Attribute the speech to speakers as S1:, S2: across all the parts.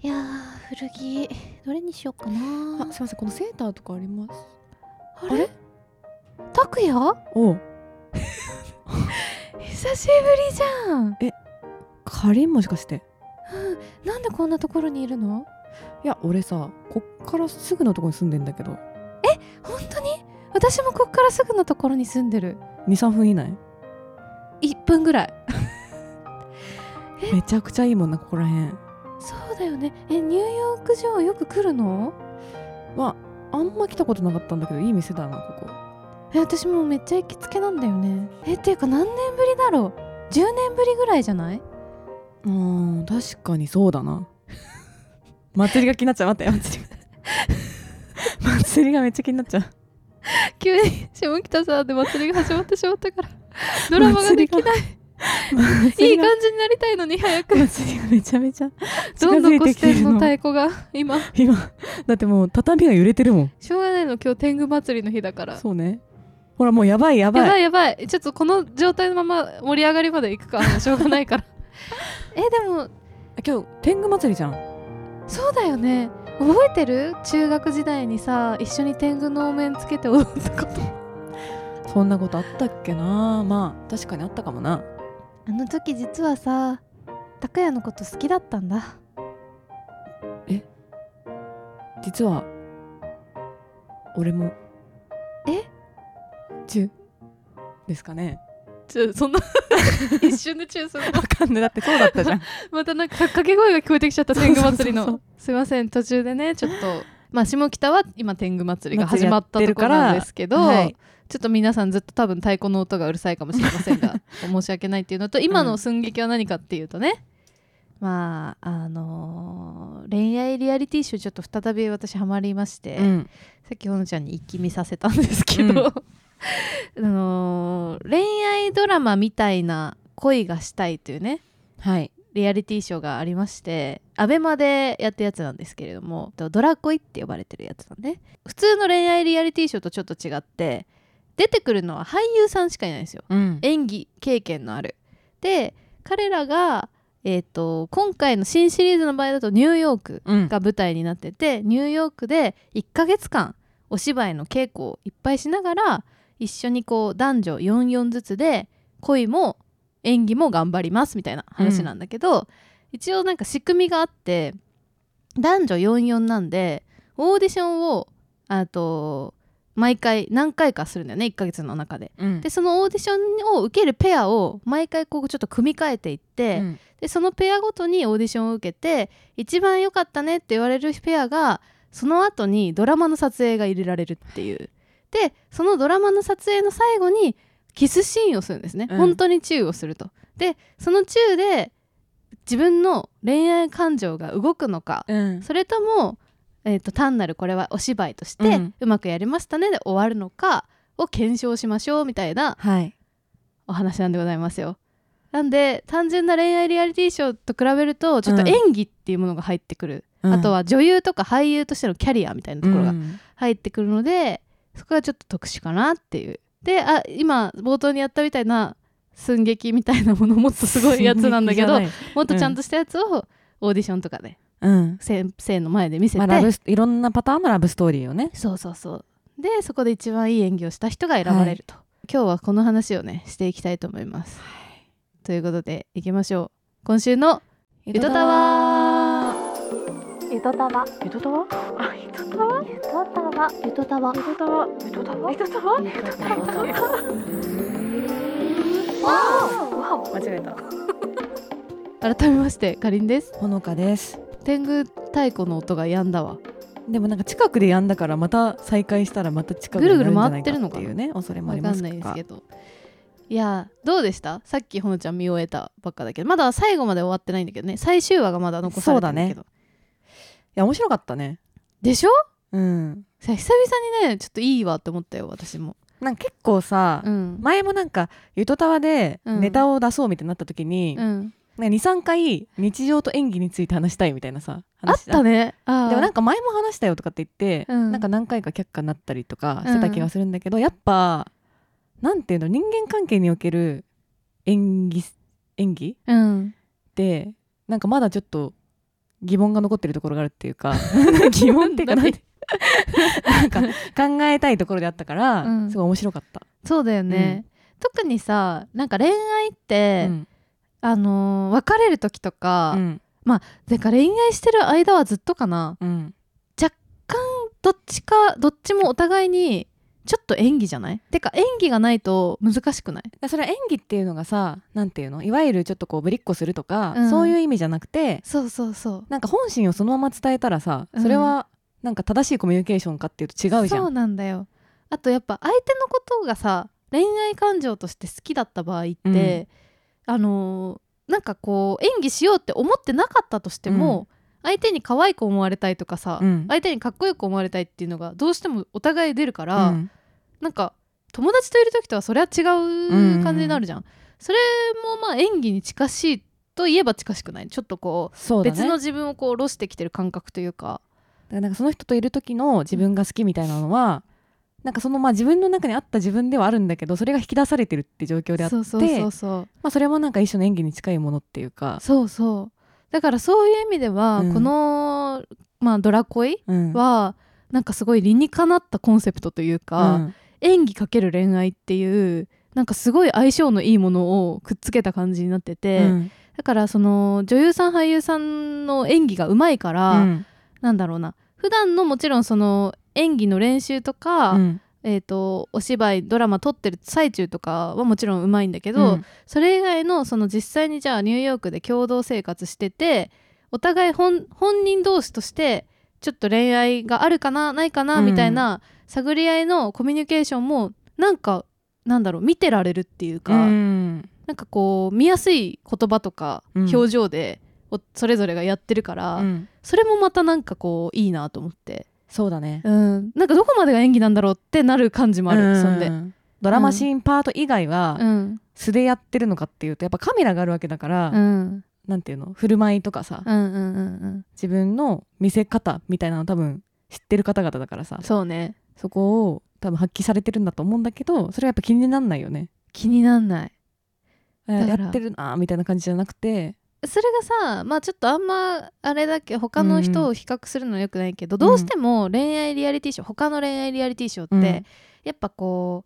S1: いやー古着どれにしようかな
S2: あすいませんこのセーターとかあります
S1: あれ拓也
S2: おう
S1: 久しぶりじゃん
S2: かりんもしかして
S1: なんでこんなところにいるの
S2: いや俺さこっからすぐのとこに住んでんだけど
S1: 本当に私もこっからすぐのところに住んでる
S2: 23分以内
S1: 1分ぐらいえ
S2: めちゃくちゃいいもんなここら辺
S1: そうだよねえニューヨーク城よく来るの
S2: はあんま来たことなかったんだけどいい店だなここ
S1: え私もうめっちゃ行きつけなんだよねえっていうか何年ぶりだろう10年ぶりぐらいじゃないう
S2: ーん確かにそうだな 祭りが気になっちゃう待って祭りが祭りがめっちゃ気になっちゃう
S1: 急に下北沢で祭りが始まってしまったからド
S2: ラマができ
S1: ない
S2: 祭りが
S1: じになりたいのに早
S2: 祭りがめちゃめちゃ
S1: どんどん
S2: 近づ
S1: 個
S2: いて
S1: ス
S2: きて
S1: テ
S2: る
S1: ンの太鼓が今
S2: 今だってもう畳が揺れてるもん
S1: しょうがないの今日天狗祭りの日だからや
S2: そうねほらもうやばいやばい
S1: ばいやばいちょっとこの状態のまま盛り上がりまで行くかしょうがないから えでも
S2: あ今日天狗祭りじゃん
S1: そうだよね覚えてる中学時代にさ一緒に天狗のお面つけて踊ったこと
S2: そんなことあったっけなまあ確かにあったかもな
S1: あの時実はさ拓哉のこと好きだったんだ
S2: 実は俺も
S1: え
S2: 中ですかね
S1: ちょそ んな一瞬でチューする
S2: わかんないだってそうだったじ ゃん
S1: またなんか掛け声が聞こえてきちゃった天狗祭り
S2: そうそう
S1: のすいません途中でねちょっ とまあ下北は今天狗祭りが始まった
S2: 祭りや
S1: と
S2: ってる
S1: ころ
S2: から
S1: なんですけど、
S2: はい
S1: ちょっと皆さんずっと多分太鼓の音がうるさいかもしれません が申し訳ないっていうのと今の寸劇は何かっていうとね、まああのー恋愛リアリティショーちょっと再び私ハマりまして、
S2: うん
S1: さっきほのちゃんに一気見させたんですけど、 あのー恋愛ドラマみたいな恋がしたいというね
S2: はい
S1: リアリティショーがありましてアベマでやったやつなんですけれどもとドラコイって呼ばれてるやつなんで普通の恋愛リアリティショーとちょっと違って出てくるのは俳優さんしかいないんですよ
S2: うん
S1: 演技経験のあるで彼らが、えー、と今回の新シリーズの場合だとニューヨーク
S2: うん
S1: が舞台になっててニューヨークで1ヶ月間お芝居の稽古をいっぱいしながら一緒にこう男女44ずつで恋も演技も頑張りますみたいな話なんだけど、一応なんか仕組みがあって男女44なんでオーディションをあと毎回何回かするんだよね1ヶ月の中で。
S2: うん
S1: でそのオーディションを受けるペアを毎回こうちょっと組み替えていって、
S2: うん
S1: でそのペアごとにオーディションを受けて一番良かったねって言われるペアがその後にドラマの撮影が入れられるっていうでそのドラマの撮影の最後にキスシーンをするんですね、
S2: うん
S1: 本当にチューをするとでそのチューで自分の恋愛感情が動くのか
S2: うん
S1: それとも、えー、と単なるこれはお芝居として、
S2: う
S1: うんまくやりましたねで終わるのかを検証しましょうみたいな
S2: はい
S1: お話なんでございますよ。なんで単純な恋愛リアリティショーと比べるとちょっと
S2: うん
S1: 演技っていうものが入ってくる、あとは女優とか俳優としてのキャリアみたいなと
S2: と
S1: こ
S2: こ
S1: ろ
S2: ろ
S1: が
S2: が
S1: 入ってくるので、そこがちょっと特殊かなっていう。であ今冒頭にやったみたいな寸劇みたいなものもっとすごいやつなんだけど
S2: 寸劇
S1: もっとちゃんとしたやつをオーディションとかで
S2: じゃないうん
S1: 先生の前で見せ
S2: ま
S1: て、
S2: あラブスいろんなパターンのラブストーリーをね
S1: そうそうそうでそこで一番いい演技をした人が選ばれると、今日はこの話をねしていきたいと思います、ということでいきましょう今週のゆとたわ
S3: ゆとたわ。ゆとたわ。ゆとたわ。ゆとたわ。ゆとたわ。ゆとたわ。ゆとたわ。ゆとたわ。ゆとたわ。
S2: 間違えた
S1: 改めましてかりんです
S2: ほのかです
S1: 天狗太鼓の音が止んだわ
S2: でもなんか近くでやんだからまた再開したらまた近くに
S1: ぐる
S2: な
S1: ぐる回っ
S2: るんじゃない
S1: て
S2: か
S1: るの
S2: っ
S1: か
S2: て
S1: な
S2: いうね恐れもあ
S1: わ
S2: り
S1: か
S2: ま
S1: ん
S2: す
S1: ないです
S2: が
S1: けどいやーどうでしたさっきほのちゃん見終えたばっかだけどまだ最後まで終わってないんだけどね最終話がまだ残されてるんだけど
S2: いや面白かったね
S1: でしょ
S2: うん
S1: さ久々にねちょっといいわって思ったよ私も
S2: なんか結構さ、
S1: うん、
S2: 前もなんか「ゆとたわ」で
S1: うん
S2: ネタを出そうみたいになった時に、
S1: うん、
S2: 23回日常と演技について話したいみたいなさ
S1: あっ
S2: 話
S1: たねあー
S2: でもなんか前も話したよとかって言って、
S1: うん
S2: なんか何回か却下になったりとかしてた気がするんだけど、やっぱなんていうの人間関係における演技演技
S1: うん
S2: ってなんかまだちょっと疑問が残ってるところがあるっていうか 疑問っていうかなんてなんか考えたいところであったから、
S1: うん
S2: すごい面白かった。
S1: そうだよね、特にさなんか恋愛って、
S2: うん
S1: あのー別れる時とか、
S2: うん
S1: だから恋愛してる間はずっとかな
S2: うん
S1: どっちかどっちもお互いにちょっと演技じゃないてか演技がないと難しくない
S2: だからそれは演技っていうのがさなんていうのいわゆるちょっとこうぶりっこするとか、
S1: うん
S2: そういう意味じゃなくて
S1: そうそうそう
S2: なんか本心をそのまま伝えたらさそれはなんか正しいコミュニケーションかっていうと違うじゃん。
S1: そうなんだよあとやっぱ相手のことがさ恋愛感情として好きだった場合って、あのーなんかこう演技しようって思ってなかったとしても、相手に可愛く思われたいとかさ、
S2: うん
S1: 相手にかっこよく思われたいっていうのがどうしてもお互い出るか
S2: う
S1: ら、
S2: ん
S1: なんか友達といる時とはそれは違う感じになるじゃん、それもまあ演技に近しいといえば近しくないちょっとこ
S2: そううだね
S1: 別の自分をこうロしてきてる感覚というか
S2: だからなんかその人といる時の自分が好きみたいなのは、なんかそのまあ自分の中にあった自分ではあるんだけどそれが引き出されてるって状況であって
S1: そうそうそうそう
S2: まあ、それもなんか一種の演技に近いものっていうか、
S1: そうそうだからそういう意味では、
S2: うん
S1: この、まあ、ドラ恋
S2: うん
S1: は、なんかすごい理にかなったコンセプトというか、
S2: うん
S1: 演技かける恋愛っていうなんかすごい相性のいいものをくっつけた感じになってて、
S2: うん
S1: だからその女優さん俳優さんの演技がうまいから、
S2: うん
S1: なんだろうな普段のもちろんその演技の練習とか、
S2: うん
S1: えー、とお芝居ドラマ撮ってる最中とかはもちろんうまいんだけど、
S2: うん
S1: それ以外のその実際にじゃあニューヨークで共同生活しててお互い本本人同士としてちょっと恋愛があるかなないかな
S2: うん
S1: みたいな探り合いのコミュニケーションもなんかなんだろう見てられるっていうか、
S2: うん
S1: なんかこう見やすい言葉とか
S2: うん
S1: 表情で、おそれぞれがやってるから、
S2: うん
S1: それもまたなんかこういいなと思って、
S2: そうだね、
S1: うん、なんかどこまでが演技なんだろうってなる感じもある、
S2: うん
S1: そんで。
S2: ドラマシーンパート以外は
S1: うん
S2: 素でやってるのかっていうとやっぱカメラがあるわけだから、
S1: うん
S2: なんていうの振る舞いとかさ、
S1: うんうんうんうん
S2: 自分の見せ方みたいなの多分知ってる方々だからさ
S1: そうね
S2: そこを多分発揮されてるんだと思うんだけどそれはやっぱ気になんないよね
S1: 気になんない
S2: あ
S1: だか
S2: や
S1: ら
S2: ってるなーみたいな感じじゃなくて
S1: それがさまあちょっとあんまあれだけ他の人を比較するのはよくないけど、どうしても恋愛リアリティショー他の恋愛リアリティショーって、
S2: うん
S1: やっぱこ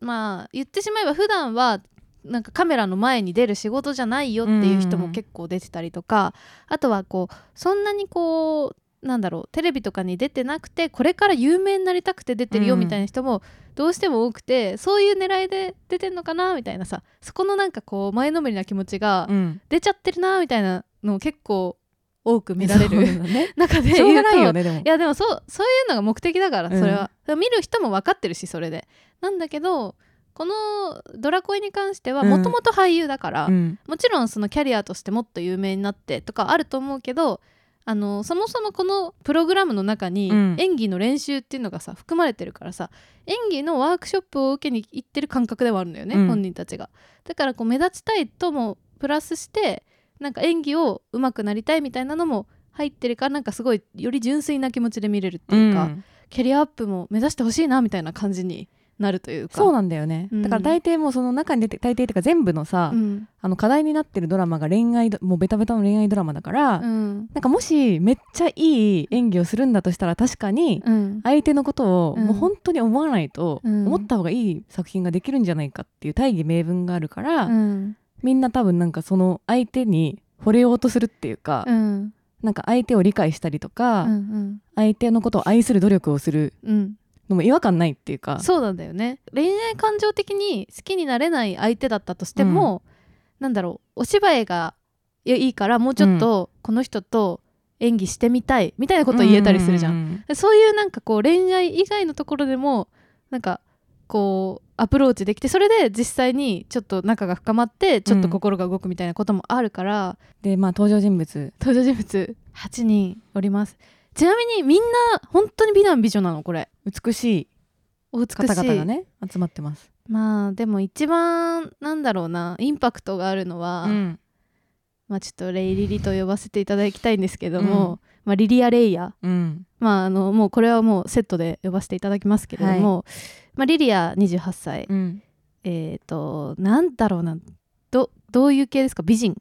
S1: うまあ言ってしまえば普段はなんかカメラの前に出る仕事じゃないよっていう人も結構出てたりとか、あとはこうそんなにこうなんだろうテレビとかに出てなくてこれから有名になりたくて出てるよ
S2: うん
S1: みたいな人もどうしても多くて、そういう狙いで出てんのかなみたいなさそこのなんかこう前のめりな気持ちが
S2: うん
S1: 出ちゃってるなみたいなのを結構多く見られ
S2: そう
S1: る
S2: だね
S1: 中で
S2: しょうがない
S1: 言
S2: よ
S1: うと
S2: ねでも
S1: いやでもそうそういうのが目的だから
S2: うん
S1: それは、見る人も分かってるしそれでなんだけどこのドラコイに関しては
S2: うん
S1: もともと俳優だから、
S2: うん
S1: もちろんそのキャリアとしてもっと有名になってとかあると思うけどあのそもそもこのプログラムの中に
S2: うん
S1: 演技の練習っていうのがさ含まれてるからさ演技のワークショップを受けに行ってる感覚ではあるんだよね、
S2: うん
S1: 本人たちが。だからこう目立ちたいともプラスしてなんか演技を上手くなりたいみたいなのも入ってるからなんかすごいより純粋な気持ちで見れるっていうか、
S2: うん
S1: キャリアアップも目指してほしいなみたいな感じになるというか。
S2: そうなんだよね、
S1: うん
S2: だから大抵もうその中に出て大抵っていうか全部のさ、
S1: うん
S2: あの課題になってるドラマが恋愛ドもうベタベタの恋愛ドラマだから、
S1: うん
S2: なんかもしめっちゃいい演技をするんだとしたら確かに
S1: うん
S2: 相手のことを
S1: うん
S2: もう本当に思わないと、
S1: うん
S2: 思った方がいい作品ができるんじゃないかっていう大義名分があるから、
S1: うん
S2: みんな多分なんかその相手に惚れようとするっていうか、
S1: うん
S2: なんか相手を理解したりとか、
S1: うん
S2: 相手のことを愛する努力をする
S1: うん、
S2: のも違和感ないっていうか
S1: そうなんだよね恋愛感情的に好きになれない相手だったとしても、なんだろうお芝居がいやいいからもうちょっとこの人と演技してみたいみたいなことを言えたりするじゃん,、
S2: ううん
S1: そういうなんかこう恋愛以外のところでもなんかこうアプローチできてそれで実際にちょっと仲が深まってちょっと心が動くみたいなこともあるから、
S2: でまあ登場人物
S1: 登場人物8人おりますちなみにみんな本当に美男美女なのこれ
S2: 美しい
S1: お美しい
S2: 方々がね集まってます、
S1: まあでも一番なんだろうなインパクトがあるのは、
S2: うん
S1: まあちょっとレイリリと呼ばせていただきたいんですけども、
S2: うん
S1: まあ、リリア・レイヤ
S2: うん
S1: まああのもうこれはもうセットで呼ばせていただきますけれども、まあ、リリア28歳、
S2: うん
S1: えっ、となんだろうなどどういう系ですか美人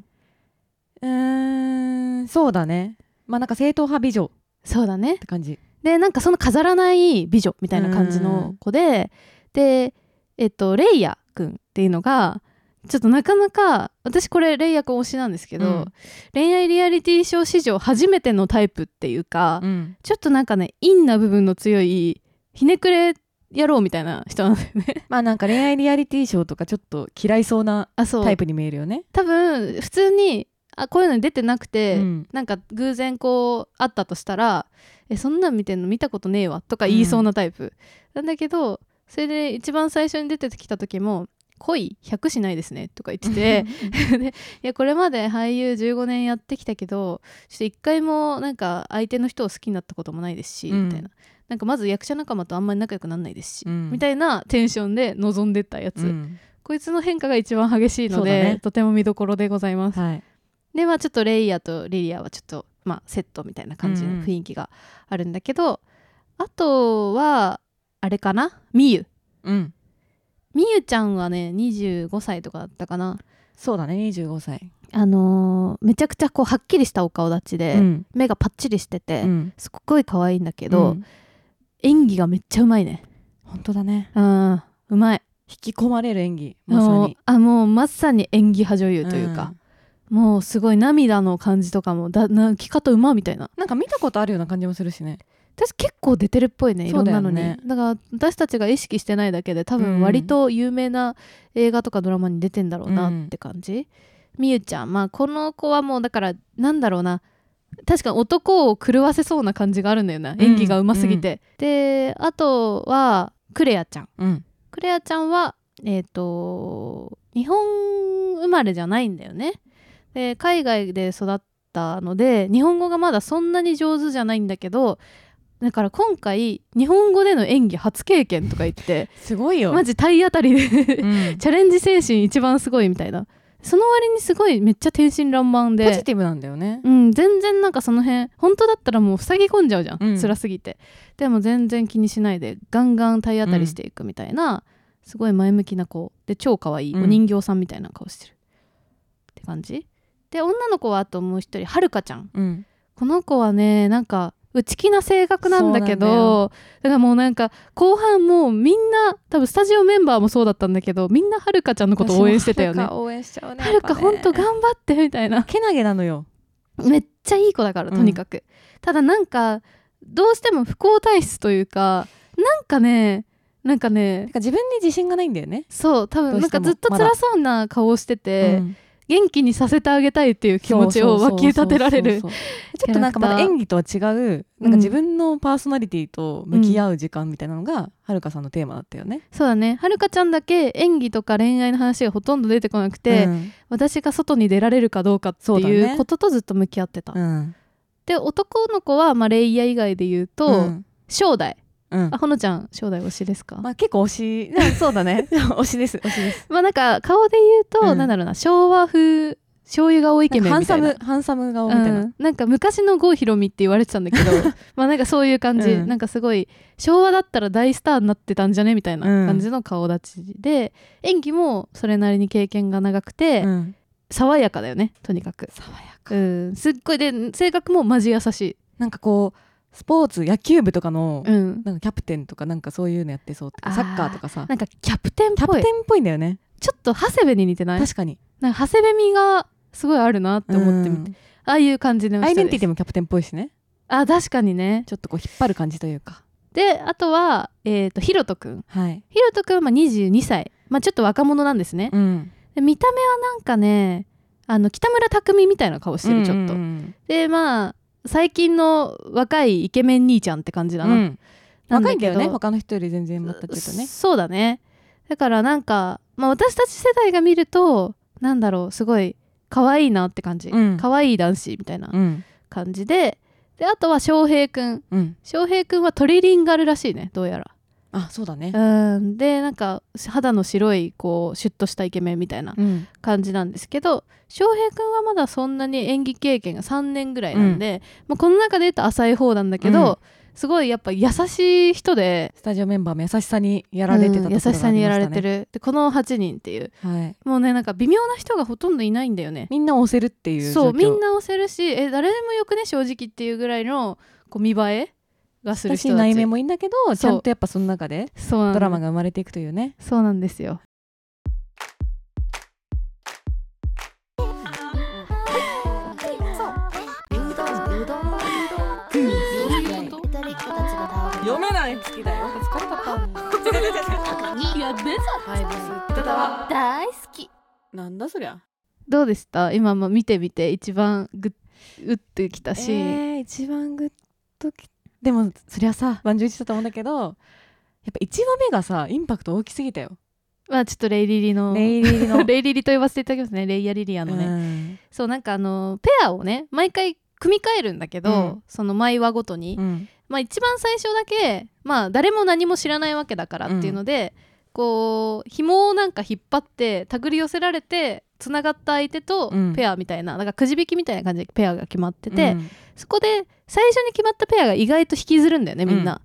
S2: うーんそうだねまあなんか正統派美女っ
S1: そうだね
S2: て感じ
S1: でなんかその飾らない美女みたいな感じの子ででえっとレイヤくんっていうのがちょっとなかなか私これレイヤくん推しなんですけど、
S2: うん
S1: 恋愛リアリティショー史上初めてのタイプっていうか、
S2: うん
S1: ちょっとなんかね陰な部分の強いひねくれ野郎みたいな人なんだよ ね
S2: まあなんか恋愛リアリティショーとかちょっと嫌いそうな
S1: あそう
S2: タイプに見えるよね
S1: 多分普通にあこういうのに出てなくて、
S2: うん
S1: なんか偶然こう会ったとしたら「えそんなん見てんの見たことねえわ」とか言いそうなタイプ、なんだけどそれで一番最初に出てきた時も「恋100しないですね」とか言っててでいやこれまで俳優15年やってきたけどちょっと一回もなんか相手の人を好きになったこともないですし、
S2: うん
S1: みたいななんかまず役者仲間とあんまり仲良くならないですし、
S2: うん
S1: みたいなテンションで臨んでったやつ、
S2: うん
S1: こいつの変化が一番激しいの
S2: そうだ
S1: で、
S2: ね
S1: とても見どころでございます。
S2: はい
S1: でまあちょっとレイヤーとリリアはちょっと、まあ、セットみたいな感じの雰囲気があるんだけど、あとはあれかなみゆ
S2: うん
S1: みゆちゃんはね25歳とかだったかな
S2: そうだね25歳
S1: あのーめちゃくちゃこうはっきりしたお顔立ちで、
S2: ん
S1: 目がパッチリしてて、
S2: うん
S1: すっごい可愛いんだけ
S2: け
S1: ど、演技がめっちゃうまいね
S2: 本当だね
S1: うんうまい
S2: 引き込まれる演技まさ
S1: もう
S2: に
S1: あもうまさに演技派女優というか、もうすごい涙の感じとかもだ泣き方うまみたいな
S2: うんなんか見たことあるような感じもするしね
S1: 私結構出てるっぽいねい
S2: そ
S1: ろ
S2: うんだ
S1: な
S2: よ
S1: のにだ,、
S2: ね
S1: から私たちが意識してないだけで多分割と有名な映画とかドラマに出てんだろうなって感じ、みゆちゃんまあこの子はもうだからなんだろうな確かに男を狂わせそうな感じがあるんだよな、
S2: ん
S1: 演技がうますぎて、であとはクレアちゃん
S2: うん
S1: クレアちゃんはえっ、と日本生まれじゃないんだよねで海外で育ったので日本語がまだそんなに上手じゃないんだけどだから今回日本語での演技初経験とか言 って
S2: すごいよ
S1: マジ体当たりで、
S2: うん
S1: チャレンジ精神一番すごいみたいなその割にすごいめっちゃ天真爛漫で
S2: ポジティブなんだよね
S1: うん、全然なんかその辺本当だったらもう塞ぎ込んじゃうじゃん、
S2: うん
S1: 辛すぎてでも全然気にしないでガンガン体当たりしていくみたいな、すごい前向きな子で超可愛い
S2: うん
S1: お人形さんみたいな顔してる、って感じで女の子はあともう一人はるかちゃん
S2: うん
S1: この子はねなんか内気な性格なんだけ
S2: そうなんだ
S1: どだからもうなんか後半もうみんな多分スタジオメンバーもそうだったんだけどみんなはるかちゃんのことを応援してたよね
S2: 私もはるか応援しちゃうね
S1: はるかほんと
S2: やっぱね
S1: 頑張ってみたいな
S2: けなげなのよ
S1: めっちゃいい子だから
S2: うん
S1: とにかく、ただなんかどうしても不幸体質というかなんかねなんか
S2: なん
S1: ね
S2: か自分に自信がないんだよね
S1: そう多分
S2: どう
S1: なん
S2: して
S1: か
S2: も
S1: ずっと辛そうな顔をしてて、
S2: うん
S1: 元気にさせてあげたいっていう気持ちを湧き立てられる
S2: そうそうそうそうちょっとなんかまだ演技とは違うなんか自分のパーソナリティと向き合う時間みたいなのが、はるかさんのテーマだったよね。
S1: そうだねはるかちゃんだけ演技とか恋愛の話がほとんど出てこなくて、
S2: うん
S1: 私が外に出られるかどうかって
S2: そうだ
S1: いう
S2: ね
S1: こととずっと向き合ってた、
S2: うん
S1: で男の子はまあレイヤー以外で言うと、
S2: うん
S1: 正代
S2: うん
S1: あほのちゃん正代推しですか、
S2: まあ、結構推し なそうだね 推しです推しです
S1: まあなんか顔で言うと、
S2: うん
S1: なんだろうな昭和風醤油顔イケメン
S2: ハン
S1: みた
S2: サ
S1: いな
S2: ムハンサム顔みたいな、
S1: うんなんか昔の郷ひろみって言われてたんだけ どまあなんかそういう感じ、
S2: うん
S1: なんかすごい昭和だったら大スターになってたんじゃねみたいな
S2: うん
S1: 感じの顔立ちで、演技もそれなりに経験が長くて、
S2: うん
S1: 爽やかだよねとにかく
S2: 爽やか
S1: うんすっごいで性格もマジ優しい、
S2: なんかこうスポーツ野球部とかの、
S1: うん、
S2: なんかキャプテンとかなんかそういうのやってそうと
S1: あ
S2: か
S1: ー
S2: サッカーとかさ
S1: なんかキャプテンっ
S2: キャ
S1: ぽ
S2: プ
S1: い
S2: テンっぽいんだよね
S1: ちょっと長谷部に似てない
S2: 確かに
S1: なんか長谷部味がすごいあるなって思ってみて、
S2: うん
S1: ああいう感じの人
S2: ア
S1: です
S2: イデンティティもキャプテンっぽいしね
S1: あ確かにね
S2: ちょっとこう引っ張る感じというか
S1: であとは、えー、とひろとくん
S2: はい、
S1: ひろとくんはまあ22歳、まあ、ちょっと若者なんですね、
S2: うん、
S1: で見た目はなんかねあの北村匠海みたいな顔してるちょっと、
S2: うん
S1: でまあ最近の若いイケメン兄ちゃんって感じだな,、
S2: うん
S1: なん
S2: 若いんだよね
S1: けど
S2: 他の人より全然またちょっとね
S1: そうだねだからなんか、まあ、私たち世代が見るとなんだろうすごい可愛いなって感じ、
S2: うん
S1: 可愛い男子みたいな
S2: うん
S1: 感じでであとは翔平くん
S2: うん
S1: 翔平くんはトリリンガルらしいねどうやら
S2: あそうだね
S1: うん、でなんか肌の白いこうシュッとしたイケメンみたいな
S2: うん
S1: 感じなんですけど翔平くんはまだそんなに演技経験が3年ぐらいなんで、まあ、この中で言うと浅い方なんだけど、すごいやっぱ優しい人で
S2: スタジオメンバーも優しさにやられてたところがあ
S1: うん優
S2: りました、ね
S1: しさにやられて、るでこの8人っていう
S2: はい、
S1: もうねなんか微妙な人がほとんどいないんだよね
S2: みんなを押せるっていう
S1: そうみん
S2: な
S1: な押せるしえ誰でもよくね正直っていうぐらいのこう見栄えがする
S2: 私
S1: 人た
S2: 内
S1: ち
S2: 面もいいんだけ
S1: う
S2: どちゃんとやっぱその中で
S1: そうなんだ
S2: ドラマが生まれていくというね
S1: そうなんですよ
S2: 読めない好きだよ疲れた
S3: 大好き
S2: なんだそりゃ
S1: どうでした今も見てみて一番グッうってきた
S2: え
S1: シーン、
S2: ー、一番グッときでもそりゃさ満場一致だと思うんだけどやっぱ1話目がさインパクト大きすぎたよ
S1: まあちょっとレイリリの
S2: レイリー の
S1: レイリリと呼ばせていただきますねレイヤリリアのね、そうなんかあのペアをね毎回組み替えるんだけど、
S2: うん
S1: その毎話ごとに、
S2: うんうん
S1: まあ一番最初だけまあ誰も何も知らないわけだからっていうので、こう紐をなんか引っ張って手繰り寄せられてつながった相手と
S2: うん
S1: ペアみたいな、なんかくじ引きみたいな感じでペアが決まってて、
S2: うん
S1: そこで最初に決まったペアが意外と引きずるんだよねみんな、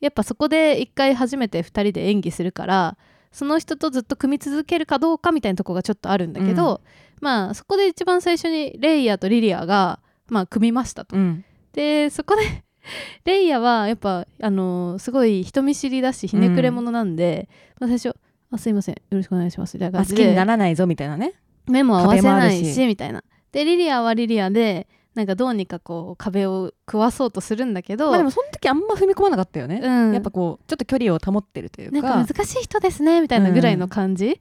S1: やっぱそこで一回初めて2人で演技するからその人とずっと組み続けるかどうかみたいなとこがちょっとあるんだけど、まあそこで一番最初にレイヤーとリリアが、まあ、組みましたと。
S2: うん
S1: でそこで レイヤはやっぱあのすごい人見知りだしひねくれ者なんで、まあ、最初あ「すいませんよろしくお願いします」みたいな
S2: あ
S1: 感じ
S2: 好きにな
S1: で
S2: らないぞみたいなね
S1: 目も合わせない
S2: 壁
S1: し
S2: もあるし
S1: みたいな。でリリアはリリアでなんかどうにかこう壁を食わそうとするんだけど、
S2: まあでもその時あんま踏み込まなかったよね、
S1: うん、
S2: やっぱこうちょっと距離を保ってるという
S1: な
S2: か
S1: んか難しい人ですねみたいなぐらいの感じ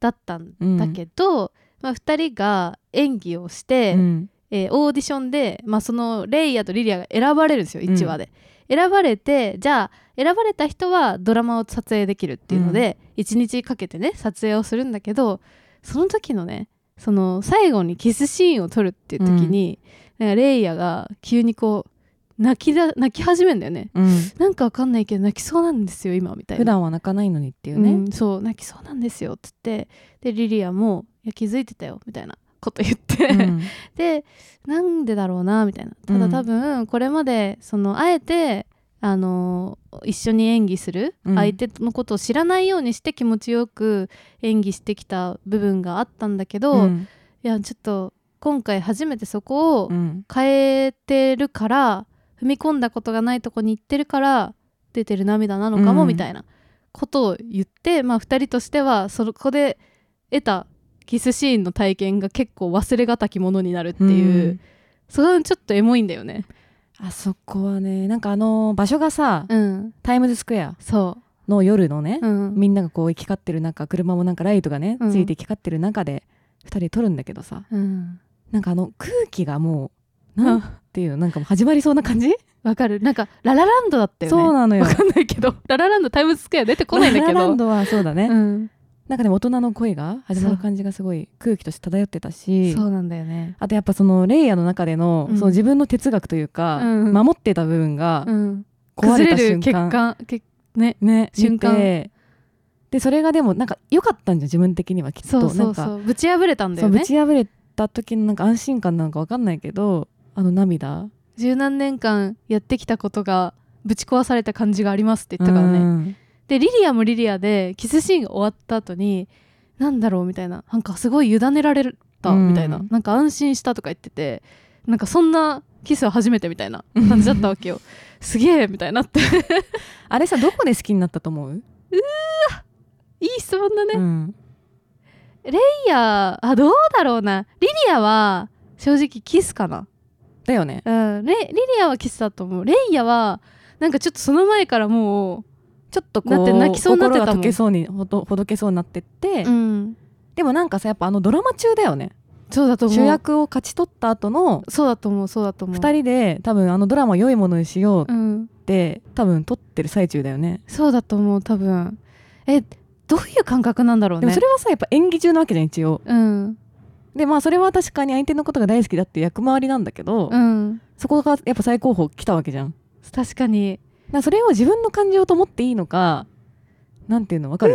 S1: だったん
S2: うん
S1: だけど、まあ、2人が演技をして、
S2: うん
S1: えーオーディションで、まあ、そのレイヤーとリリアが選ばれるんですよ1話で、選ばれてじゃあ選ばれた人はドラマを撮影できるっていうので、1日かけてね撮影をするんだけどその時のねその最後にキスシーンを撮るっていう時に、なんかレイヤーが急にこう泣きだ泣き始めるんだよね
S2: うん
S1: なんかわかんないけど泣きそうなんですよ今みたい
S2: 普
S1: な
S2: 段は泣かないのにっていうね、
S1: うん、そう泣きそうなんですよっつってでリリアも「いや気づいてたよ」みたいなこと言って、
S2: うん
S1: でなんでだろうなみたいなた
S2: う
S1: だ
S2: ん
S1: 多分これまでそのあえてあの一緒に演技する
S2: うん
S1: 相手のことを知らないようにして気持ちよく演技してきた部分があったんだけど、い
S2: ん
S1: やちょっと今回初めてそこを
S2: うん
S1: 変えてるから踏み込んだことがないとこに行ってるから出てる涙なのかも
S2: うん
S1: みたいなことを言って、まあ2人としてはそこで得たキスシーンの体験が結構忘れがたきものになるっていう、
S2: ん
S1: それはちょっとエモいんだよね
S2: あそこはねなんかあの場所がさ、
S1: うん
S2: タイムズスクエア
S1: そ
S2: の夜のね
S1: う、、うん、
S2: みんながこう行き交ってる中車もなんかライトがね、
S1: うん
S2: ついて行き交ってる中で2人で撮るんだけどさ
S1: うん
S2: なんかあの空気がもうなんていうのなんかもう始まりそうな感じ、
S1: わかるなんかララランドだったよね
S2: そうなのよ
S1: わかんないけどララランドタイムズスクエア出てこないんだけど
S2: ララランドはそうだね、
S1: うん、
S2: なんかでも大人の声が始まる感じがすごい空気として漂ってたし
S1: そうなんだよね
S2: あとやっぱそのレイヤーの中での,、
S1: うん
S2: その自分の哲学というか、
S1: うん
S2: 守ってた部分が
S1: うん
S2: 壊
S1: 崩
S2: れた
S1: れる
S2: 瞬
S1: 結
S2: 間,、
S1: 果けね
S2: ね、
S1: 瞬間
S2: 見てでそれがでもなんか良かったんじゃん自分的にはきっと
S1: そうそう
S2: なんか
S1: そうぶち破れたんだ
S2: そ
S1: よ
S2: うぶ
S1: ね
S2: ち破れた時のなんか安心感なんかわかんないけどあの涙
S1: 十何年間やってきたことがぶち壊された感じがありますって言ったからね、
S2: うん
S1: でリリアもリリアでキスシーンが終わった後になんだろうみたいななんかすごい委ねられた
S2: うん
S1: みたいな、なんか安心したとか言っててなんかそんなキスは初めてみたいな感じだったわ けよすげえみたいになって
S2: あれさどこで好きになったと思う、
S1: いい質問だね、
S2: う
S1: リ
S2: ん
S1: リアあどうだろうなリリアは正直キスかな
S2: だよね
S1: うんレリリアはキスだと思うレイヤはなんかちょっとその前からも
S2: ちょっと
S1: だ
S2: こ
S1: っ
S2: う
S1: て泣きそうになってたもん
S2: 心が溶けそうにほどほどけそうになってって、
S1: う、うん、
S2: でもなんかさやっぱあのドラマ中だよね
S1: そうだと思う
S2: 主役を勝ち取った後の
S1: そうだと思うそうだと思う
S2: 2人で多分あのドラマを良いものにしよう
S1: うん
S2: って多分撮ってる最中だよね
S1: そうだと思う多分えどういう感覚なんだろう
S2: で
S1: ね
S2: もそれはさやっぱ演技中なわけじゃん一応
S1: うん
S2: でまあそれは確かに相手のことが大好きだっていう役回りなんだけど、
S1: うん
S2: そこがやっぱ最高峰来たわけじゃんだか
S1: 確かに
S2: らそれを自分の感情と思っていいのかなんていうのわかる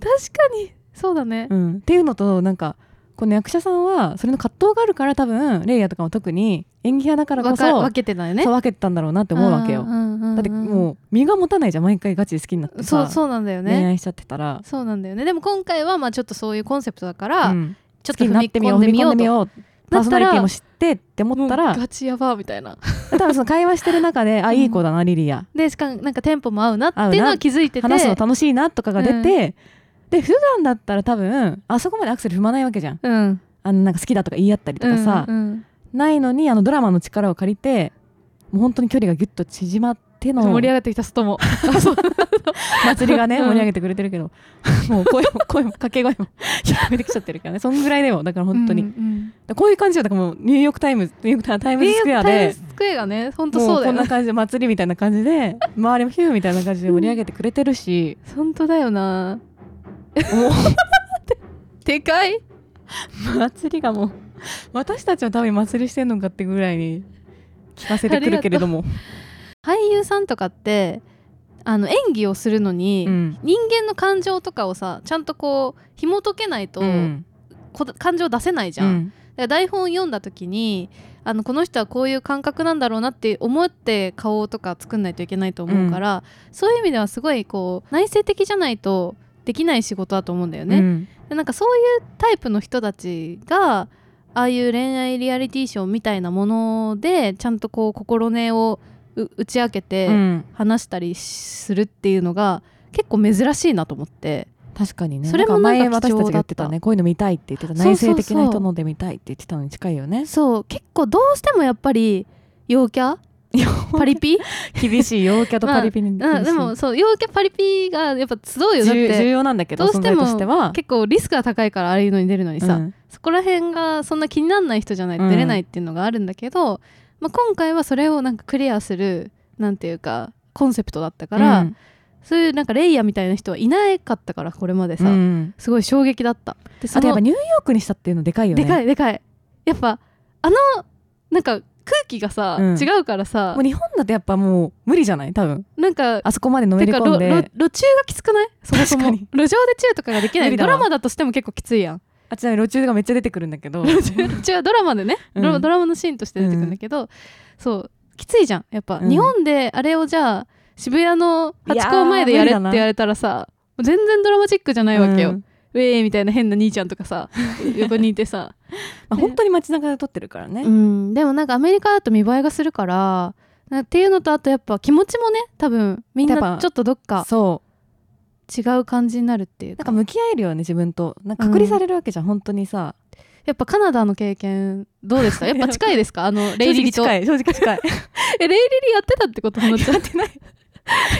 S1: 確かにそうだね
S2: うん、っていうのとなんかこの役者さんはそれの葛藤があるから多分レイヤーとかも特に演技派だからこ
S1: 分
S2: そ
S1: か分けてたよね
S2: そう分けてたんだろうなって思うわけよ
S1: んうんうんうん
S2: だってもう身が持たないじゃん毎回ガチで好きになって
S1: そ
S2: さ
S1: うそうなんだよ
S2: 恋
S1: ね
S2: 愛しちゃってたら、
S1: そうなんだよねでも今回はまあちょっとそういうコンセプトだから、
S2: うん
S1: ちょっ
S2: 好
S1: と
S2: きに
S1: 踏
S2: なっ
S1: み
S2: てみ
S1: 込
S2: ようん
S1: で
S2: 踏
S1: み
S2: み
S1: よ
S2: 込
S1: うん
S2: でみ
S1: と
S2: ようパーソナリティも知ってって思っ
S1: も
S2: たら
S1: うガチやばみたいな
S2: 多分その会話してる中であいい子だなリリア
S1: でしかもなんかテンポも合うなっていうの
S2: 合う
S1: は
S2: な
S1: 気づいてて
S2: 話すの楽しいなとかが出て、で普段だったら多分あそこまでアクセル踏まないわけじゃん
S1: うん
S2: あのなんか好きだとか言い合ったりとかさ、
S1: うんうん
S2: ないのにあのドラマの力を借りてもう本当に距離がギュッと縮まっての
S1: 盛り上がってきた外も
S2: 祭りがね
S1: うん
S2: 盛り上げてくれてるけど、 もう声も声も掛け 声も聞こえてきちゃってるからねそんぐらいでもだから本当に、
S1: うんうん
S2: こういう感じよだからもうニューヨークタイムズニューヨークタイムズスクエア
S1: タイム
S2: で
S1: ズスクエアがね本当
S2: も
S1: そう
S2: う
S1: だ
S2: こ
S1: よ
S2: ん
S1: ね
S2: な感じで祭りみたいな感じで周りもヒューみたいな感じで盛り上げてくれて るし、
S1: 本当だよな
S2: も
S1: でかいう
S2: 祭りがもう私たちのために祭りしてんのかってぐらいに聞かせてくるけれども
S1: 俳優さんとかってあの演技をするのに、
S2: うん
S1: 人間の感情とかをさちゃんとこう紐解けないと、
S2: うん
S1: こだ感情出せないじゃん、だから台本読んだ時にあのこの人はこういう感覚なんだろうなって思って顔とか作んないといけないと思うから、そういう意味ではすごいこう内省的じゃないとできない仕事だと思うんだよ
S2: う
S1: ね、
S2: ん
S1: でなんかそういうタイプの人たちがああいう恋愛リアリティショーみたいなものでちゃんとこう心根をう打ち明け
S2: う
S1: て
S2: ん
S1: 話したりするっていうのが結構珍しいなと思って
S2: 確かにね
S1: それもなんか
S2: ん前私たちが言ってた
S1: 貴重だ
S2: ねこういうの見たいって言ってた
S1: そうそう
S2: 内
S1: そう
S2: 省的な人ので見たいって言ってたのに近いよね
S1: そう結構どうしてもやっぱり陽キャパリピ、
S2: 厳しい陽キャとパリピに、
S1: うん、でもそう陽キャパリピがやっぱ集うよだっ
S2: 重重
S1: て
S2: 要なんだけど
S1: どうしても
S2: 存在としては
S1: 結構リスクが高いからああいうのに出るのにさ、
S2: うん
S1: そこら辺がそんな気にならない人じゃないと
S2: うん
S1: 出れないっていうのがあるんだけど、まあ、今回はそれをなんかクリアするなんていうかコンセプトだったから、
S2: うん
S1: そういうなんかレイヤーみたいな人はいなかったからこれまでさ、
S2: うん
S1: すごい衝撃だったでそ
S2: あとやっ
S1: の
S2: ぱニューヨークにしたっていうのでかいよね
S1: でかいでかいやっぱあのなんか空気がさ、
S2: うん
S1: 違うからさ
S2: もう日本だとやっぱもう無理じゃない多分
S1: なんか
S2: あそこまでのめ
S1: て
S2: り
S1: か
S2: 込
S1: 路
S2: ん
S1: 路
S2: で
S1: 路中がきつくないそもそも
S2: 確
S1: 路
S2: か
S1: 上でチューとかができな
S2: 無
S1: い
S2: 理だ
S1: ド
S2: わ
S1: ラマだとしても結構きついやん
S2: あちなみに路中がめっちゃ出てくるんだけ ど
S1: うちはドラマでね、
S2: うん
S1: ドラドラマのシーンとして出てくるんだけど、そうきついじゃんやっぱ、
S2: うん
S1: 日本であれをじゃあ渋谷のハチ公前でやれって言われたらさもう全然ドラマチックじゃないわけよ、
S2: う
S1: ウ
S2: ん
S1: ェーイみたいな変な兄ちゃんとか さ横にいてさ、
S2: まあ、本当に街中で撮ってるからね、
S1: うん、でもなんかアメリカだと見栄えがするからなっていうのとあとやっぱ気持ちもね多分みん
S2: やっぱ
S1: なちょっとどっか
S2: そ
S1: 違う感じになるっていう
S2: うなん
S1: か
S2: か向き合えるよね自分となんか隔離されるわけじゃん、本当にさ
S1: やっぱカナダの経験どうでした やっぱ近いですかあのレイリリと
S2: 正
S1: え
S2: 直近い正直近
S1: レ
S2: い
S1: イリリやってたってことになっちゃう
S2: やってない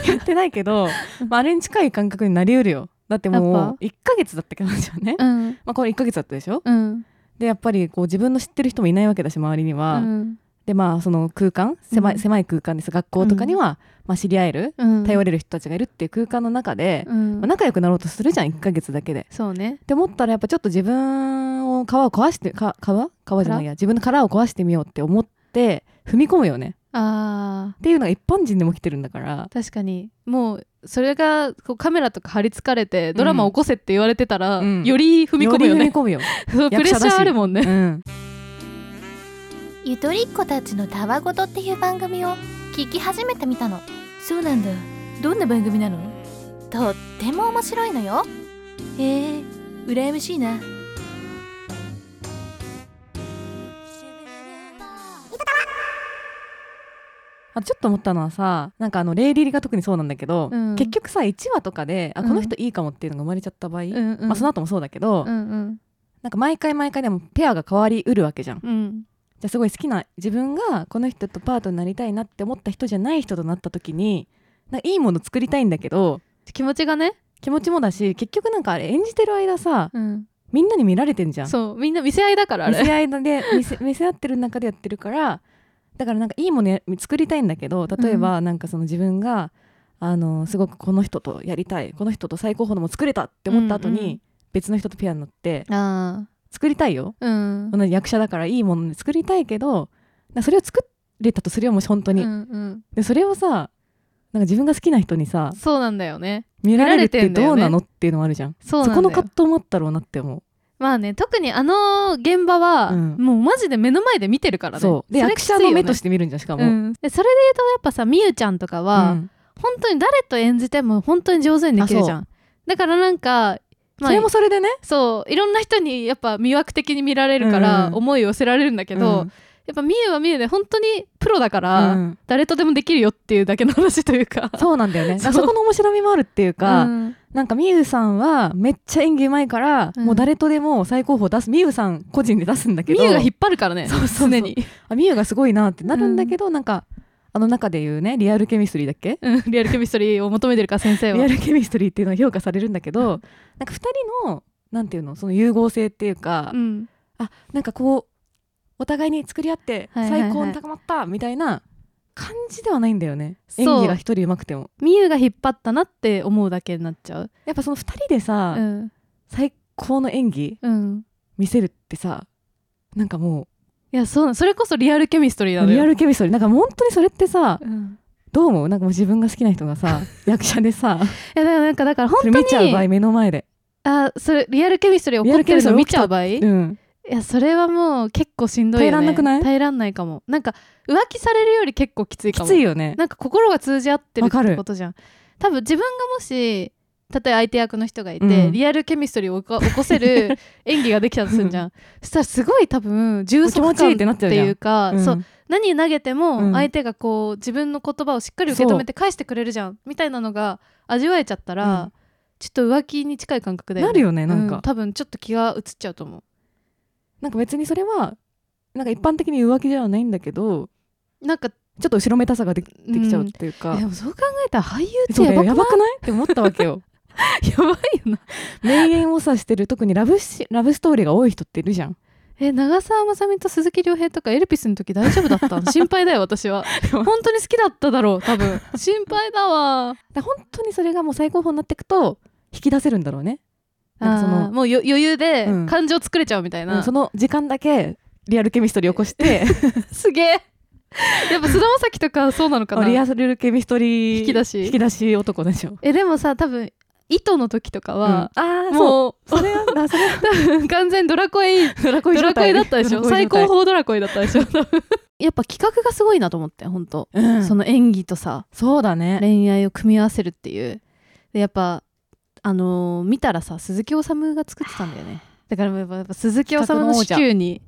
S2: やってないけど、まあ、あれに近い感覚になりうるよだって
S1: や
S2: も
S1: っ
S2: う1ヶ月だったからじゃんね、
S1: うん
S2: まあ、これ1ヶ月だったでしょ
S1: うん
S2: でやっぱりこう自分の知ってる人もいないわけだし周りには、
S1: うん
S2: でまあその空間狭い,、
S1: うん
S2: 狭い空間です学校とかには、まあ、知り合える
S1: うん、
S2: 頼れる人たちがいるっていう空間の中で、
S1: うん
S2: まあ、仲良くなろうとするじゃん1ヶ月だけで。
S1: そうね
S2: って思ったらやっぱちょっと自分を皮を壊してか皮皮じゃないや自分の殻を壊してみようって思って踏み込むよね
S1: あ
S2: っていうのが一般人でも来てるんだから
S1: ー確かにもうそれがこうカメラとか張り付かれてドラマ起こせって言われてたら、
S2: うん
S1: より踏み込むよ
S2: より
S1: ね
S2: 踏み込むよ、
S1: そうプレッシャーあるもんね
S2: うん、
S3: ゆとりっ子たちのたわごとっていう番組を聞き始めてみたのそうなんだどんな番組なのとっても面白いのよへえ羨ましいな
S2: あとちょっと思ったのはさなんかあのレイリリが特にそうなんだけど、
S1: うん
S2: 結局さ1話とかであ
S1: うん
S2: この人いいかもっていうのが生まれちゃった場合、
S1: うんうん
S2: まあ、その後もそうだけど、
S1: うんうん
S2: なんか毎回毎回でもペアが変わりうるわけじゃんじ
S1: うん
S2: ゃあすごい好きな自分がこの人とパートになりたいなって思った人じゃない人となった時になんかいいもの作りたいんだけど
S1: 気持ちがね、
S2: 気持ちもだし結局なんかあれ演じてる間さ
S1: うん、
S2: みんなに見られてんじゃん
S1: そうみんな見せ合いだからあ
S2: 見せ
S1: れ
S2: 合いで見せ 見せ合ってる中でやってるからだからなんかいいものや作りたいんだけど例えばなんかその自分が、あのすごくこの人とやりたいこの人と最高峰も作れたって思った後に、
S1: うんうん
S2: 別の人とペアになって
S1: あ
S2: 作りたいよ
S1: ーうん
S2: 同じ役者だからいいもので作りたいけどなそれを作れたとするよもし本当に、
S1: うんうん
S2: でそれをさなんか自分が好きな人にさ
S1: そうなんだよね
S2: 見ら
S1: 見ら
S2: れるっ
S1: れ
S2: て
S1: てんだ
S2: ど
S1: よ
S2: う
S1: ね
S2: なのっていうのもあるじゃん
S1: そう
S2: そ
S1: な
S2: こ
S1: んだよ
S2: の葛藤もあったろうなって思う
S1: まあね特にあの現場は、
S2: うん
S1: もうマジで目の前で見てるからね
S2: そうで
S1: れ
S2: 役
S1: きついよ
S2: 者
S1: ね
S2: の目として見るんじゃんしかも、
S1: うん、でそれで言うとやっぱさみゆちゃんとかは、
S2: うん
S1: 本当に誰と演じても本当に上手にできるじゃんだからなんか、まあ
S2: それもそれでね
S1: そういろんな人にやっぱ魅惑的に見られるから、
S2: うん
S1: 思いを寄せられるんだけど、やっぱみゆはみゆで本当にプロだか
S2: う
S1: ら、
S2: んうん
S1: 誰とでもできるよっていうだけの話という か
S2: そうなんだよねだ
S1: そ
S2: か
S1: う
S2: らそこの面白みもあるっていうか、
S1: うん
S2: なんかみゆさんはめっちゃ演技うまいから、
S1: うん
S2: もう誰とでも最高峰出すみゆさん個人で出すんだけ
S1: み
S2: ど
S1: ゆが引っ張るからね
S2: そうそうそう
S1: 常に、
S2: あみゆがすごいなってなるんだけど、なんかあの中で言うねリアルケミストリーだっけ
S1: うん、リアルケミストリーを求めてるから先生
S2: リア
S1: は
S2: ルケミストリーっていうのは評価されるんだけどなんか2人のなんていうのその融合性っていうか、
S1: うん
S2: あなんかこうお互いに作り合って
S1: はいはいはい
S2: 最高に高まったみたいな感じではないんだよね、
S1: そう
S2: 演技が1人上手くても
S1: みゆが引っ張ったなって思うだけになっちゃう
S2: やっぱその2人でさ、
S1: うん
S2: 最高の演技
S1: うん
S2: 見せるってさなんかも
S1: いやそうそれこそリアルケミストリーな
S2: う
S1: のよ
S2: リアルケミストリーなんか本当にそれってさ
S1: うん
S2: どう思うなんかもう自分が好きな人 がさ役者でさ
S1: いやだからなんかだから本当
S2: それ
S1: に
S2: 見ちゃう場合目の前で、
S1: あそれリアルケミストリー怒ってるの見ちゃう場合、い
S2: うん、
S1: やそれはもう結構しんどいよね
S2: 耐えらんなくない
S1: 耐えらんないかもなんか浮気されるより結構きついか
S2: き
S1: も
S2: ついよね
S1: なんか心が通じ合ってるっ
S2: わか
S1: て
S2: る
S1: ことじゃん多分自分がもし例えば相手役の人がいて、
S2: うん
S1: リアルケミストリーを起こ起こせる演技ができたとするじゃんそしたらすごい多分充足
S2: もう気持ちい
S1: 感
S2: い
S1: っ
S2: ってなっちゃう
S1: て
S2: じゃん
S1: いうか
S2: うん
S1: そう何投げて
S2: う
S1: も
S2: ん
S1: 相手がこう自分の言葉をしっかり受け止めて返してくれるじゃんみたいなのが味わえちゃったら、
S2: うん
S1: ちょっと浮気に近い感覚だよね
S2: なるよねなんか、
S1: う多分ちょっと気が移っちゃうと思
S2: なんか別にそれはなんか一般的に浮気ではないんだけど
S1: うなんか
S2: ちょっと後ろめたさができ
S1: うん
S2: できちゃうっていうか、
S1: でもそう考えたら俳優って
S2: そう
S1: や
S2: だよ
S1: ばくない
S2: やばくないって思ったわけよ
S1: や ばいよな
S2: 名言を指してる特にラブシラブストーリーが多い人っているじゃん
S1: え長澤まさみと鈴木亮平とかエルピスの時大丈夫だ ったの心配だよ私は
S2: も
S1: 本当に好きだっただろう多 分心配だわ
S2: だから本当にそれがもう最高峰になっていくと引き出せるんだろうねなんかその
S1: あーもうよ余裕で
S2: うん
S1: 感情作れちゃうみたいな、
S2: うんその時間だけリアルケミストリー起こして
S1: すげえやっぱ菅田将暉とかそうなのかな
S2: リアルケミストリー
S1: 引き出し
S2: 引き出し男でしょ、
S1: えでもさ多分糸の時とか
S2: うんあ
S1: は、
S2: あそう
S1: もう
S2: それはだそれ は
S1: 多分完全ドラコ エ
S2: ドラコイ
S1: ド
S2: 状
S1: ラコ
S2: 態
S1: イだったでしょ
S2: ドラコ
S1: 最
S2: イ状態
S1: 高峰ドラコイだったでしょやっぱ企画がすごいなと思って本当、
S2: うん
S1: その演技とさ
S2: そうだね
S1: 恋愛を組み合わせるっていうでやっぱあのー見たらさ鈴木おさむが作ってたんだよねだからやっぱやっぱ鈴木おさむのシチューに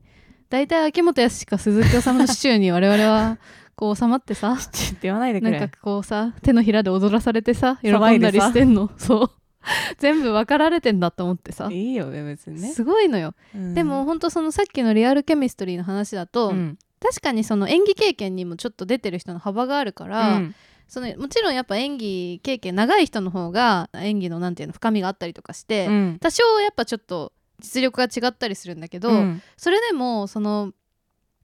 S1: 大体秋元康か鈴木おさむのシチューに我々はこう収まって さ
S2: ちょっと言わないでく
S1: な
S2: れ
S1: んかこうさ手のひらで踊らされてさ喜
S2: 騒
S1: ん
S2: い
S1: だ
S2: で
S1: り
S2: さ
S1: してんのそう 全部分かられてんだと思ってさ、
S2: いいよね別にね、
S1: すごいのよ
S2: うん
S1: でも本当そのさっきのリアルケミストリーの話だと、
S2: うん
S1: 確かにその演技経験にもちょっと出てる人の幅があるから、
S2: うん
S1: そのもちろんやっぱ演技経験長い人の方が演技のなんていうの深みがあったりとかして、
S2: うん
S1: 多少やっぱちょっと実力が違ったりするんだけど、
S2: うん
S1: それでもその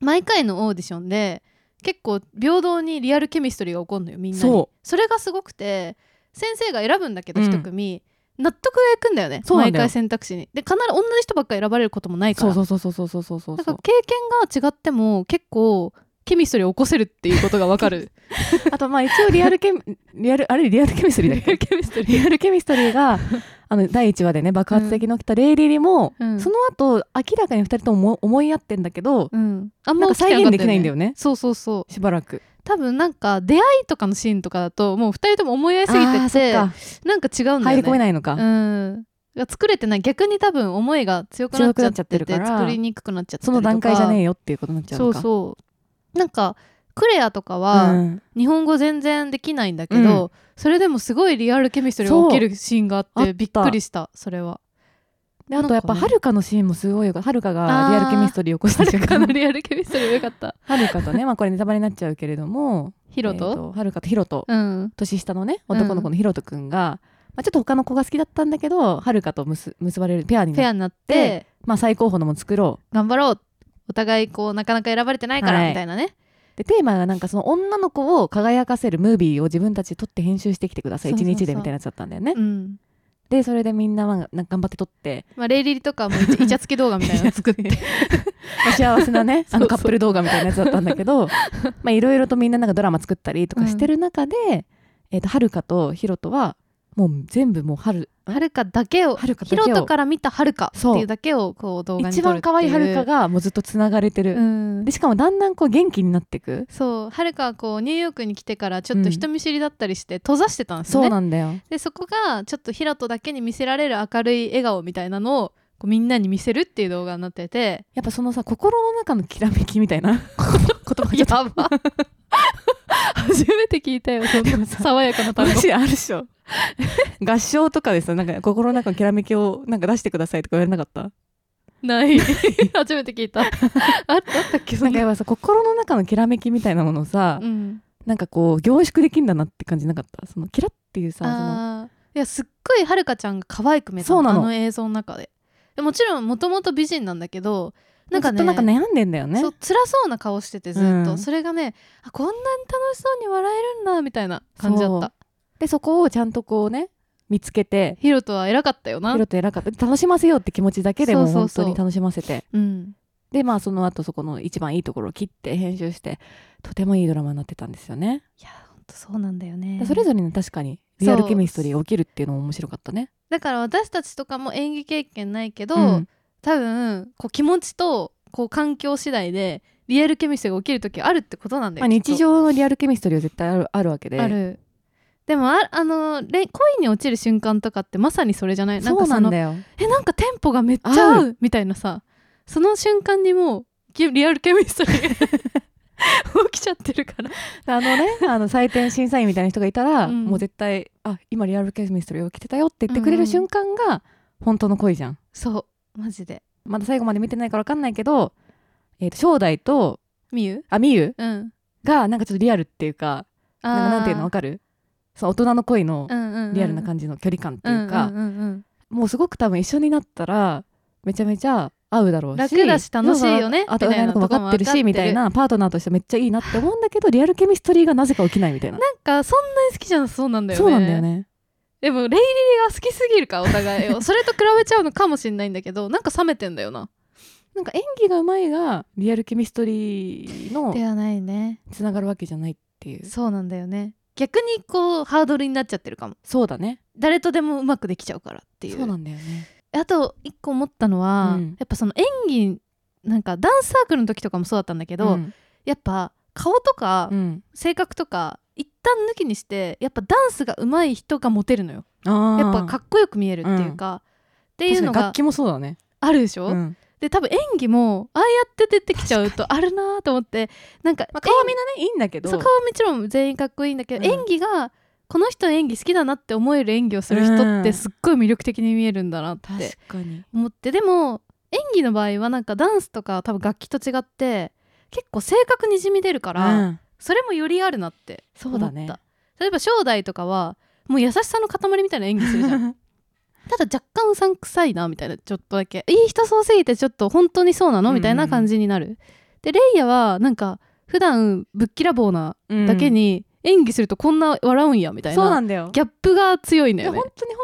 S1: 毎回のオーディションで結構平等にリアルケミストリーが起こるのよみんなに
S2: そ
S1: それがすごくて先生が選ぶんだけど
S2: うん
S1: 一組、納得がいくんだよね
S2: そうなん
S1: 毎
S2: だよ
S1: 回選択肢にで必ず同じ人ばっかり選ばれることもないから
S2: そうそうそうそうそうそうそうそう
S1: なんか経験が違っても結構ケミストリーを起こせるっていうことがわかる
S2: あとまあ一応リアルケミリアルあれリアル ケミストリーだっけ
S1: ケミスト
S2: リアルケミストリーがあの第1話でね爆発的に起きたレイリリも、
S1: うん
S2: その後明らかに2人とも思思い合ってんだけど、
S1: うん、あん
S2: なん
S1: ま
S2: か
S1: 起きて
S2: 再
S1: か
S2: 現
S1: った
S2: できないんだよね
S1: そうそうそう
S2: しばらく
S1: 多分なんか出会いとかのシーンとかだともう二人とも思い合いすぎ
S2: あー
S1: て
S2: そ
S1: て
S2: っか
S1: なんか違うんだよね
S2: 入り込めないのか、
S1: うん作れてない逆に多分思いが強くなっちゃってて
S2: 強くなっちゃってるから
S1: 作りにくくなっちゃったり
S2: その段階じゃねえ
S1: え
S2: よっていうことになっちゃう
S1: そ
S2: の
S1: う
S2: か
S1: そうなんかクレアとかは、
S2: うん
S1: 日本語全然できないんだけど、それでもすごいリアルケミストリーが起きるシーンがあっ
S2: そうあってた
S1: びっくりしたそれは
S2: であとやっぱ
S1: なんか
S2: は
S1: ね
S2: るかのシーンもすごいよはるかが
S1: あー
S2: リアルケミストリーを起こした瞬
S1: かな
S2: 間
S1: りリアルケミストリーが良かった
S2: はるかとね、まあ、これネタバレになっちゃうけれども
S1: ヒロ
S2: えー
S1: と、
S2: とはるかとひろと
S1: うん
S2: 年下のね
S1: うん
S2: 男の子のひろとくんが、まあ、ちょっと他の子が好きだったんだけどはるかと結結ばれるペアに
S1: ペ
S2: な
S1: ア
S2: って、
S1: になって
S2: まあ、最高峰のも作ろ
S1: 頑張ろうお互いこうなかなか選ばれてないから、
S2: はい
S1: みたいなね
S2: うでテーマがなんかその女の子を輝かせるムービーを自分たちで撮って編集してきてください
S1: そうそ
S2: 一
S1: うそう
S2: 日でみたいなやつだったんだよね、
S1: うん
S2: でそれでみんなはなんか頑張って撮って
S1: まあレイリリとかも イチイチャつき動画みたいなの作って
S2: まあ幸せなね
S1: そうそう
S2: あのカップル動画みたいなやつだったんだ けどまあいろいろとみんななんかドラマ作ったりとかしてる中で、えー、とはるかとひろとはもう全部もう春
S1: はるかだけを
S2: はるかだ
S1: ヒ
S2: けを
S1: ロトから見たはるかって
S2: そう
S1: いうだけをこう動画に
S2: 一
S1: 撮るっていう
S2: 番可愛いはるかがもうずっとつながれてる、
S1: うん
S2: でしかもだんだんこう元気になってく
S1: そうはるかはこうニューヨークに来てからちょっと人見知りだったりして閉ざしてたんですよ
S2: そう
S1: ね、
S2: なんだよ
S1: でそこがちょっとヒロトだけに見せられる明るい笑顔みたいなのをこうみんなに見せるっていう動画になってて
S2: やっぱそのさ心の中のきらめきみたい な言葉 がちょ
S1: や
S2: っと
S1: ば初めて聞いたよそん
S2: でも
S1: な
S2: さ
S1: 爽やかな単語
S2: 話あるでしょ 合唱とかでさなんか心の中のきらめきをなんか出してくださいとか言われなかった
S1: ない 初めて聞いたああったっけそ
S2: なんんか
S1: な
S2: やっぱさ心の中のきらめきみたいなものをさ、
S1: うん
S2: なんかこう凝縮できるんだなって感じなかったそのキラっていうさその
S1: あーいやすっごいはるかちゃんが可愛く見えた
S2: そうな
S1: あ
S2: の
S1: の映像の中ででもちろんもともと美人なんだけどなんか
S2: ず
S1: ね
S2: っとなんか悩んでんだよね
S1: そう辛そうな顔しててずっと、
S2: うん
S1: それがねあこんなに楽しそうに笑えるんだみたいな感じだっ
S2: そう
S1: た
S2: でそこをちゃんとこうね見つけて
S1: ヒロトは偉かったよな
S2: ヒロと偉かった楽しませようって気持ちだけで
S1: そう
S2: も
S1: そう
S2: 本
S1: そう
S2: 当に楽しませて
S1: うん
S2: でまあその後そこの一番いいところを切って編集してとてもいいドラマになってたんですよね、
S1: いやほんとそうなんだよね
S2: でそれぞれね確かにリアルケミストリーが起きるっていうのも面白かったね
S1: だから私たちとかも演技経験ないけど、
S2: うん
S1: 多分こう気持ちとこう環境次第でリアルケミストリーが起きる時あるってことなんだ
S2: まあ、
S1: よ、きっと
S2: 日常のリアルケミストリーは絶対あるあるわけで
S1: あるでもああのれ恋に落ちる瞬間とかってまさにそれじゃないなん
S2: そ
S1: か
S2: うな
S1: そ
S2: ん
S1: の
S2: だよ
S1: えなんかテンポがめっちゃ合
S2: 合
S1: うみたいなさその瞬間にもうきリアルケミストリーが 起きちゃってるから
S2: あのね あの採点審査員みたいな人がいたら、
S1: うん
S2: もう絶対あ今リアルケミストリー起きてたよって言ってくれ
S1: うんう
S2: る
S1: ん
S2: 瞬間が本当の恋じゃん
S1: そうマジで
S2: まだ最後まで見てないから分かんないけど、えー、と正代と
S1: みゆ
S2: あみゆ
S1: うん
S2: がなんかちょっとリアルっていうか
S1: あ
S2: なんかなんていうの分かるそう大人の恋の
S1: の
S2: リアルな
S1: じ
S2: 感じの距離感って
S1: う
S2: い
S1: ん
S2: うか、
S1: うんうんうん
S2: もうすごく多分一緒になったらめちゃめちゃ合うだろうし
S1: 楽だし楽しいよね
S2: そうそうあと
S1: みたいな
S2: なんか分かってる
S1: とこ
S2: し
S1: も
S2: みたいなパートナーとしてめっちゃいいなって思うんだけどリアルケミストリーがなぜか起きないみたいな
S1: なんかそんなに好きじゃなさそうなんだよね
S2: そうなんだよね
S1: でもレイリリが好きすぎるからお互い をそれと比べちゃうのかもしれないんだけどなんか冷めてんだよな
S2: なんか演技がうまいがリアルケミストリーの
S1: ではないね
S2: つながるわけじゃないっていう
S1: そうなんだよね逆にこうハードルになっちゃってるかも
S2: そうだね
S1: 誰とでもうまくできちゃうからっていう
S2: そうなんだよね
S1: あと一個思ったのは、
S2: うん
S1: やっぱその演技なんかダンスサークルの時とかもそうだったんだけど、
S2: うん
S1: やっぱ顔とか
S2: うん
S1: 性格とか一旦抜きにしてやっぱダンスが上手い人がモテるのよ
S2: あー
S1: やっぱかっこよく見えるっていうか、っていうの
S2: 確かに
S1: が
S2: 楽器もそうだね、
S1: あるでしょ、
S2: うん
S1: で多分演技もああやって出てきちゃうとあるなと思ってなんか、
S2: まあ、顔はみんなねいいんだけど
S1: そう顔はもちろん全員かっこいいんだけど、
S2: うん
S1: 演技がこの人の演技好きだなって思える演技をする人っ
S2: う
S1: て
S2: ん
S1: すっごい魅力的に見えるんだなって、
S2: 確かに
S1: 思ってでも演技の場合はなんかダンスとか多分楽器と違って結構性格にじみ出るから、
S2: うん
S1: それもよりあるなって思
S2: そう
S1: った
S2: だね
S1: 例えば正代とかはもう優しさの塊みたいな演技するじゃん ただ若干うさんくさいなみたいなちょっとだけいい人そうすぎてちょっと本当にそうなのみたいな感じになる、でレイヤはなんか普段ぶっきらぼうなだけに演技するとこんな笑うんやみたいな,、
S2: そうなんだよ
S1: ギャップが強いんだよ
S2: で
S1: ね
S2: 本当に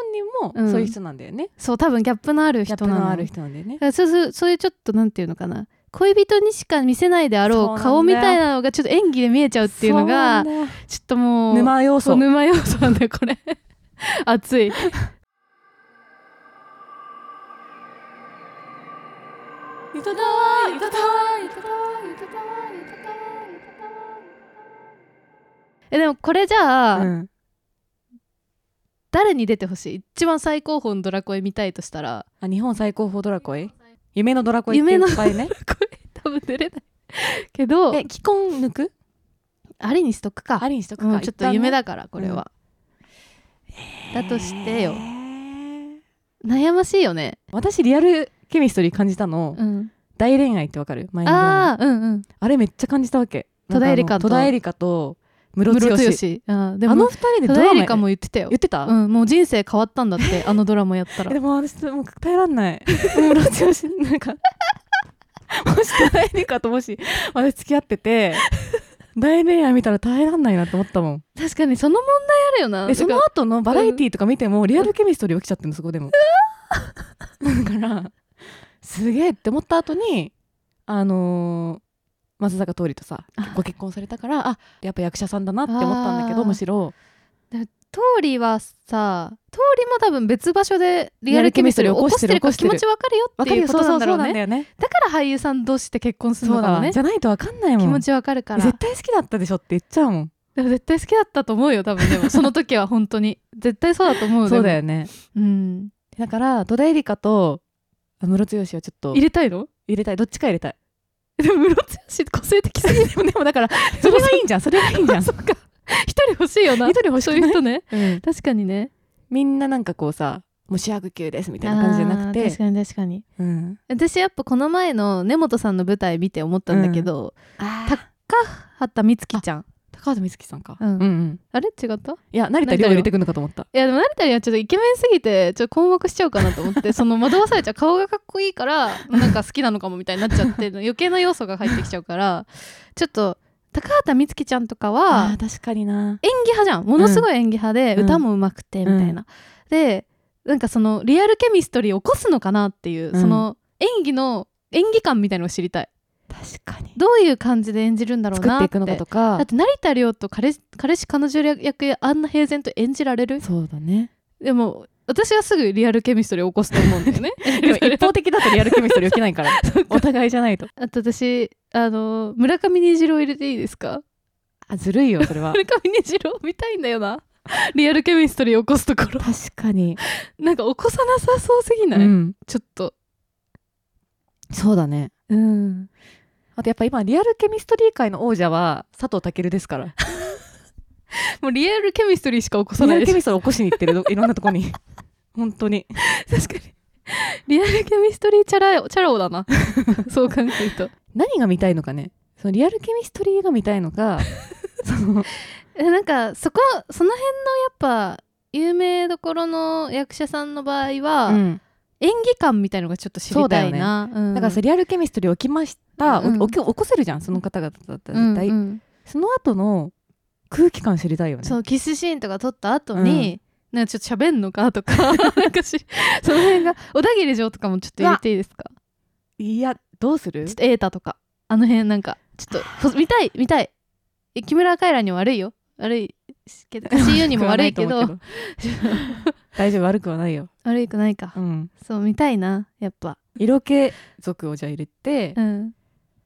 S2: 本人
S1: うん
S2: もそういう人なんだよね、
S1: そう多分ギャップのある
S2: ギャッ
S1: 人
S2: プ
S1: なの
S2: のある人なんだよね
S1: だからそうそうそういうちょっとなんていうのかな恋人にしか見せないであ
S2: そう
S1: ろ
S2: なん
S1: う
S2: だよ
S1: 顔みたいなのがちょっと演技で見えちゃうっていうのが
S2: そうなんだよ
S1: ちょっともう
S2: 沼要
S1: そう
S2: 素
S1: 沼要素なんだよこれ 熱いえでもこれじゃあ、
S2: うん
S1: 誰に出てほしい一番最高峰のドラコエ見たいとしたら
S2: あ日本最高峰ドラコイ夢のドラコイって
S1: 夢の
S2: いっぱいね
S1: これ多分出れないけど
S2: え既婚抜く
S1: ありにしとくか
S2: ありにしとく
S1: う
S2: か
S1: んちょっと夢
S2: だ
S1: だからこれは、だとしてよ
S2: えー
S1: 悩ましいよね、
S2: 私リアルケミストリー感じたの、
S1: うん、
S2: 大恋愛ってわかる前のドラマ
S1: ああうんうん
S2: あれめっちゃ感じたわけ
S1: 戸田恵梨香と
S2: なんかあの戸田恵梨香とムロ
S1: ム
S2: ツ
S1: ロ
S2: ヨ
S1: ツヨ
S2: シ
S1: シあーで
S2: あの
S1: も
S2: 二人で
S1: 戸
S2: ドラ
S1: 田
S2: マ
S1: 恵梨香も言ってたよ
S2: 言ってた、
S1: うん、もう人生変わったんだ ってあのドラマやった
S2: え
S1: ら
S2: でも私もう耐えらんない ムロツヨシなんか もし戸田恵梨香ともし私付き合って て大恋愛見たら耐えらんないなと思ったもん
S1: 確かにその問題あるよな
S2: でそ
S1: だ
S2: の
S1: か
S2: 後のバラエティーとか見てもリアルケミストリー起きちゃってるのそこでもだからすげえって思った後にあのー松坂桃李とさ
S1: あ
S2: ご結婚されたからあやっぱ役者さんだなって思ったんだけ
S1: あ
S2: ど
S1: ー
S2: むしろ
S1: らトーリーはさトーリーも多分別場所でリアルケミストリーを起こしてるから
S2: 起こし
S1: 気
S2: てる
S1: 持ちわかるよ
S2: わ
S1: って
S2: か
S1: い
S2: る
S1: う
S2: よ
S1: こ
S2: そ
S1: となん
S2: うそう
S1: だ
S2: そ
S1: ろ
S2: う
S1: う
S2: なんだ
S1: ね
S2: よね
S1: だから俳優さん同士って結婚する
S2: そ
S1: の
S2: う
S1: か
S2: だ
S1: も
S2: わ
S1: ね
S2: じゃないとわかんないも
S1: 気
S2: ん
S1: 持ちわかるから
S2: 絶対好きだったでしょって言っちゃうもん
S1: でも絶対好きだったと思うよ多分 でもその時は本当に絶対そうだと思う
S2: そうだ
S1: よ、
S2: よね
S1: うん、
S2: だから戸田恵梨香とあムロツヨシをちょっと
S1: 入れたいの
S2: 入れたいどっちか入れたい
S1: でも室津氏個性的すぎる
S2: でもでもだから それがいいん じゃんそれがいいんじゃん、
S1: そっか一人欲しいよな
S2: 一人欲しく
S1: そう
S2: ない
S1: いう人ね
S2: うん
S1: 確かにね
S2: みんななんかこうさもう主役級ですみたいな感じじゃなく
S1: あー
S2: て
S1: 確かに確かに
S2: うん
S1: 私やっぱこの前の根本さんの舞台見て思ったんだけど、
S2: た
S1: 畑美月ちゃん
S2: 高畑充希さんか、
S1: うん
S2: うんうん
S1: あれ違った
S2: いや成田凌を入れてくるのかと思った
S1: いやでも成田にはちょっとイケメンすぎてちょっと困惑しちゃうかなと思ってその惑わされちゃう顔がかっこいいから なんか好きなのかもみたいになっちゃって余計な要素が入ってきちゃうからちょっと高畑充希ちゃんとか
S2: あ
S1: は
S2: ー確かにな
S1: 演技派じゃんものすごい演技派で、
S2: うん
S1: 歌も上手くてみたいな、でなんかそのリアルケミストリーを起こすのかなっていう、
S2: うん
S1: その演技の演技感みたいのを知りたい
S2: 確かに
S1: どういう感じで演じるんだろう
S2: 作っ
S1: な
S2: て
S1: っ
S2: いくのか
S1: て
S2: とか
S1: だって成田凌と彼彼氏彼女役あんな平然と演じられる
S2: そうだ ね
S1: でも私はすぐリアルケミストリーを起こすと思うんだよ ね。
S2: でも一方的だとリアルケミストリー起きない からお互いじゃないと
S1: あと私あの村上虹郎入れていいですか
S2: あ ずるいよそれは
S1: 村上虹郎見たいんだよなリアルケミストリーを起こすところ
S2: 確か に、
S1: なんか起こさなさそうすぎない、
S2: うん、
S1: ちょっと
S2: そうだね
S1: うん
S2: あとやっぱ今リアルケミストリー界の王者は佐藤健です から
S1: もうリアルケミストリーしか起こさ
S2: リ
S1: な
S2: ア
S1: い
S2: ル
S1: でし
S2: ケ
S1: ょ
S2: ミストリーを起こしに行ってるど いろんなとこに本当に
S1: 確かにリアルケミストリーチャラチャラ男だ なそう考えると
S2: 何が見たいのかねそのリアルケミストリーが見たいの かその
S1: えなんかそこその辺のやっぱ有名どころの役者さんの場合は、
S2: うん
S1: 演技感みたいのがちょっと知りたいな。だ
S2: だからさリアルケミストリー起きました、
S1: うん
S2: お起き起こせるじゃんその方々だったら絶対、
S1: うんうん
S2: その後の空気感知りたいよね
S1: そうキスシーンとか撮った後に、なんかちょっと喋んのか とかなんかしその辺が小田切城とかもちょっと入れていいですか
S2: いやどうする
S1: ちょっと瑛太とかあの辺なんかちょっとほ見たい見たいえ木村カエラにも悪いよ悪いし けど CU にも悪いけど
S2: 大丈夫悪くはないよ、
S1: 悪くないか、
S2: うん、
S1: そう見たいなやっぱ
S2: 色気族をじゃあ入れて
S1: う、ん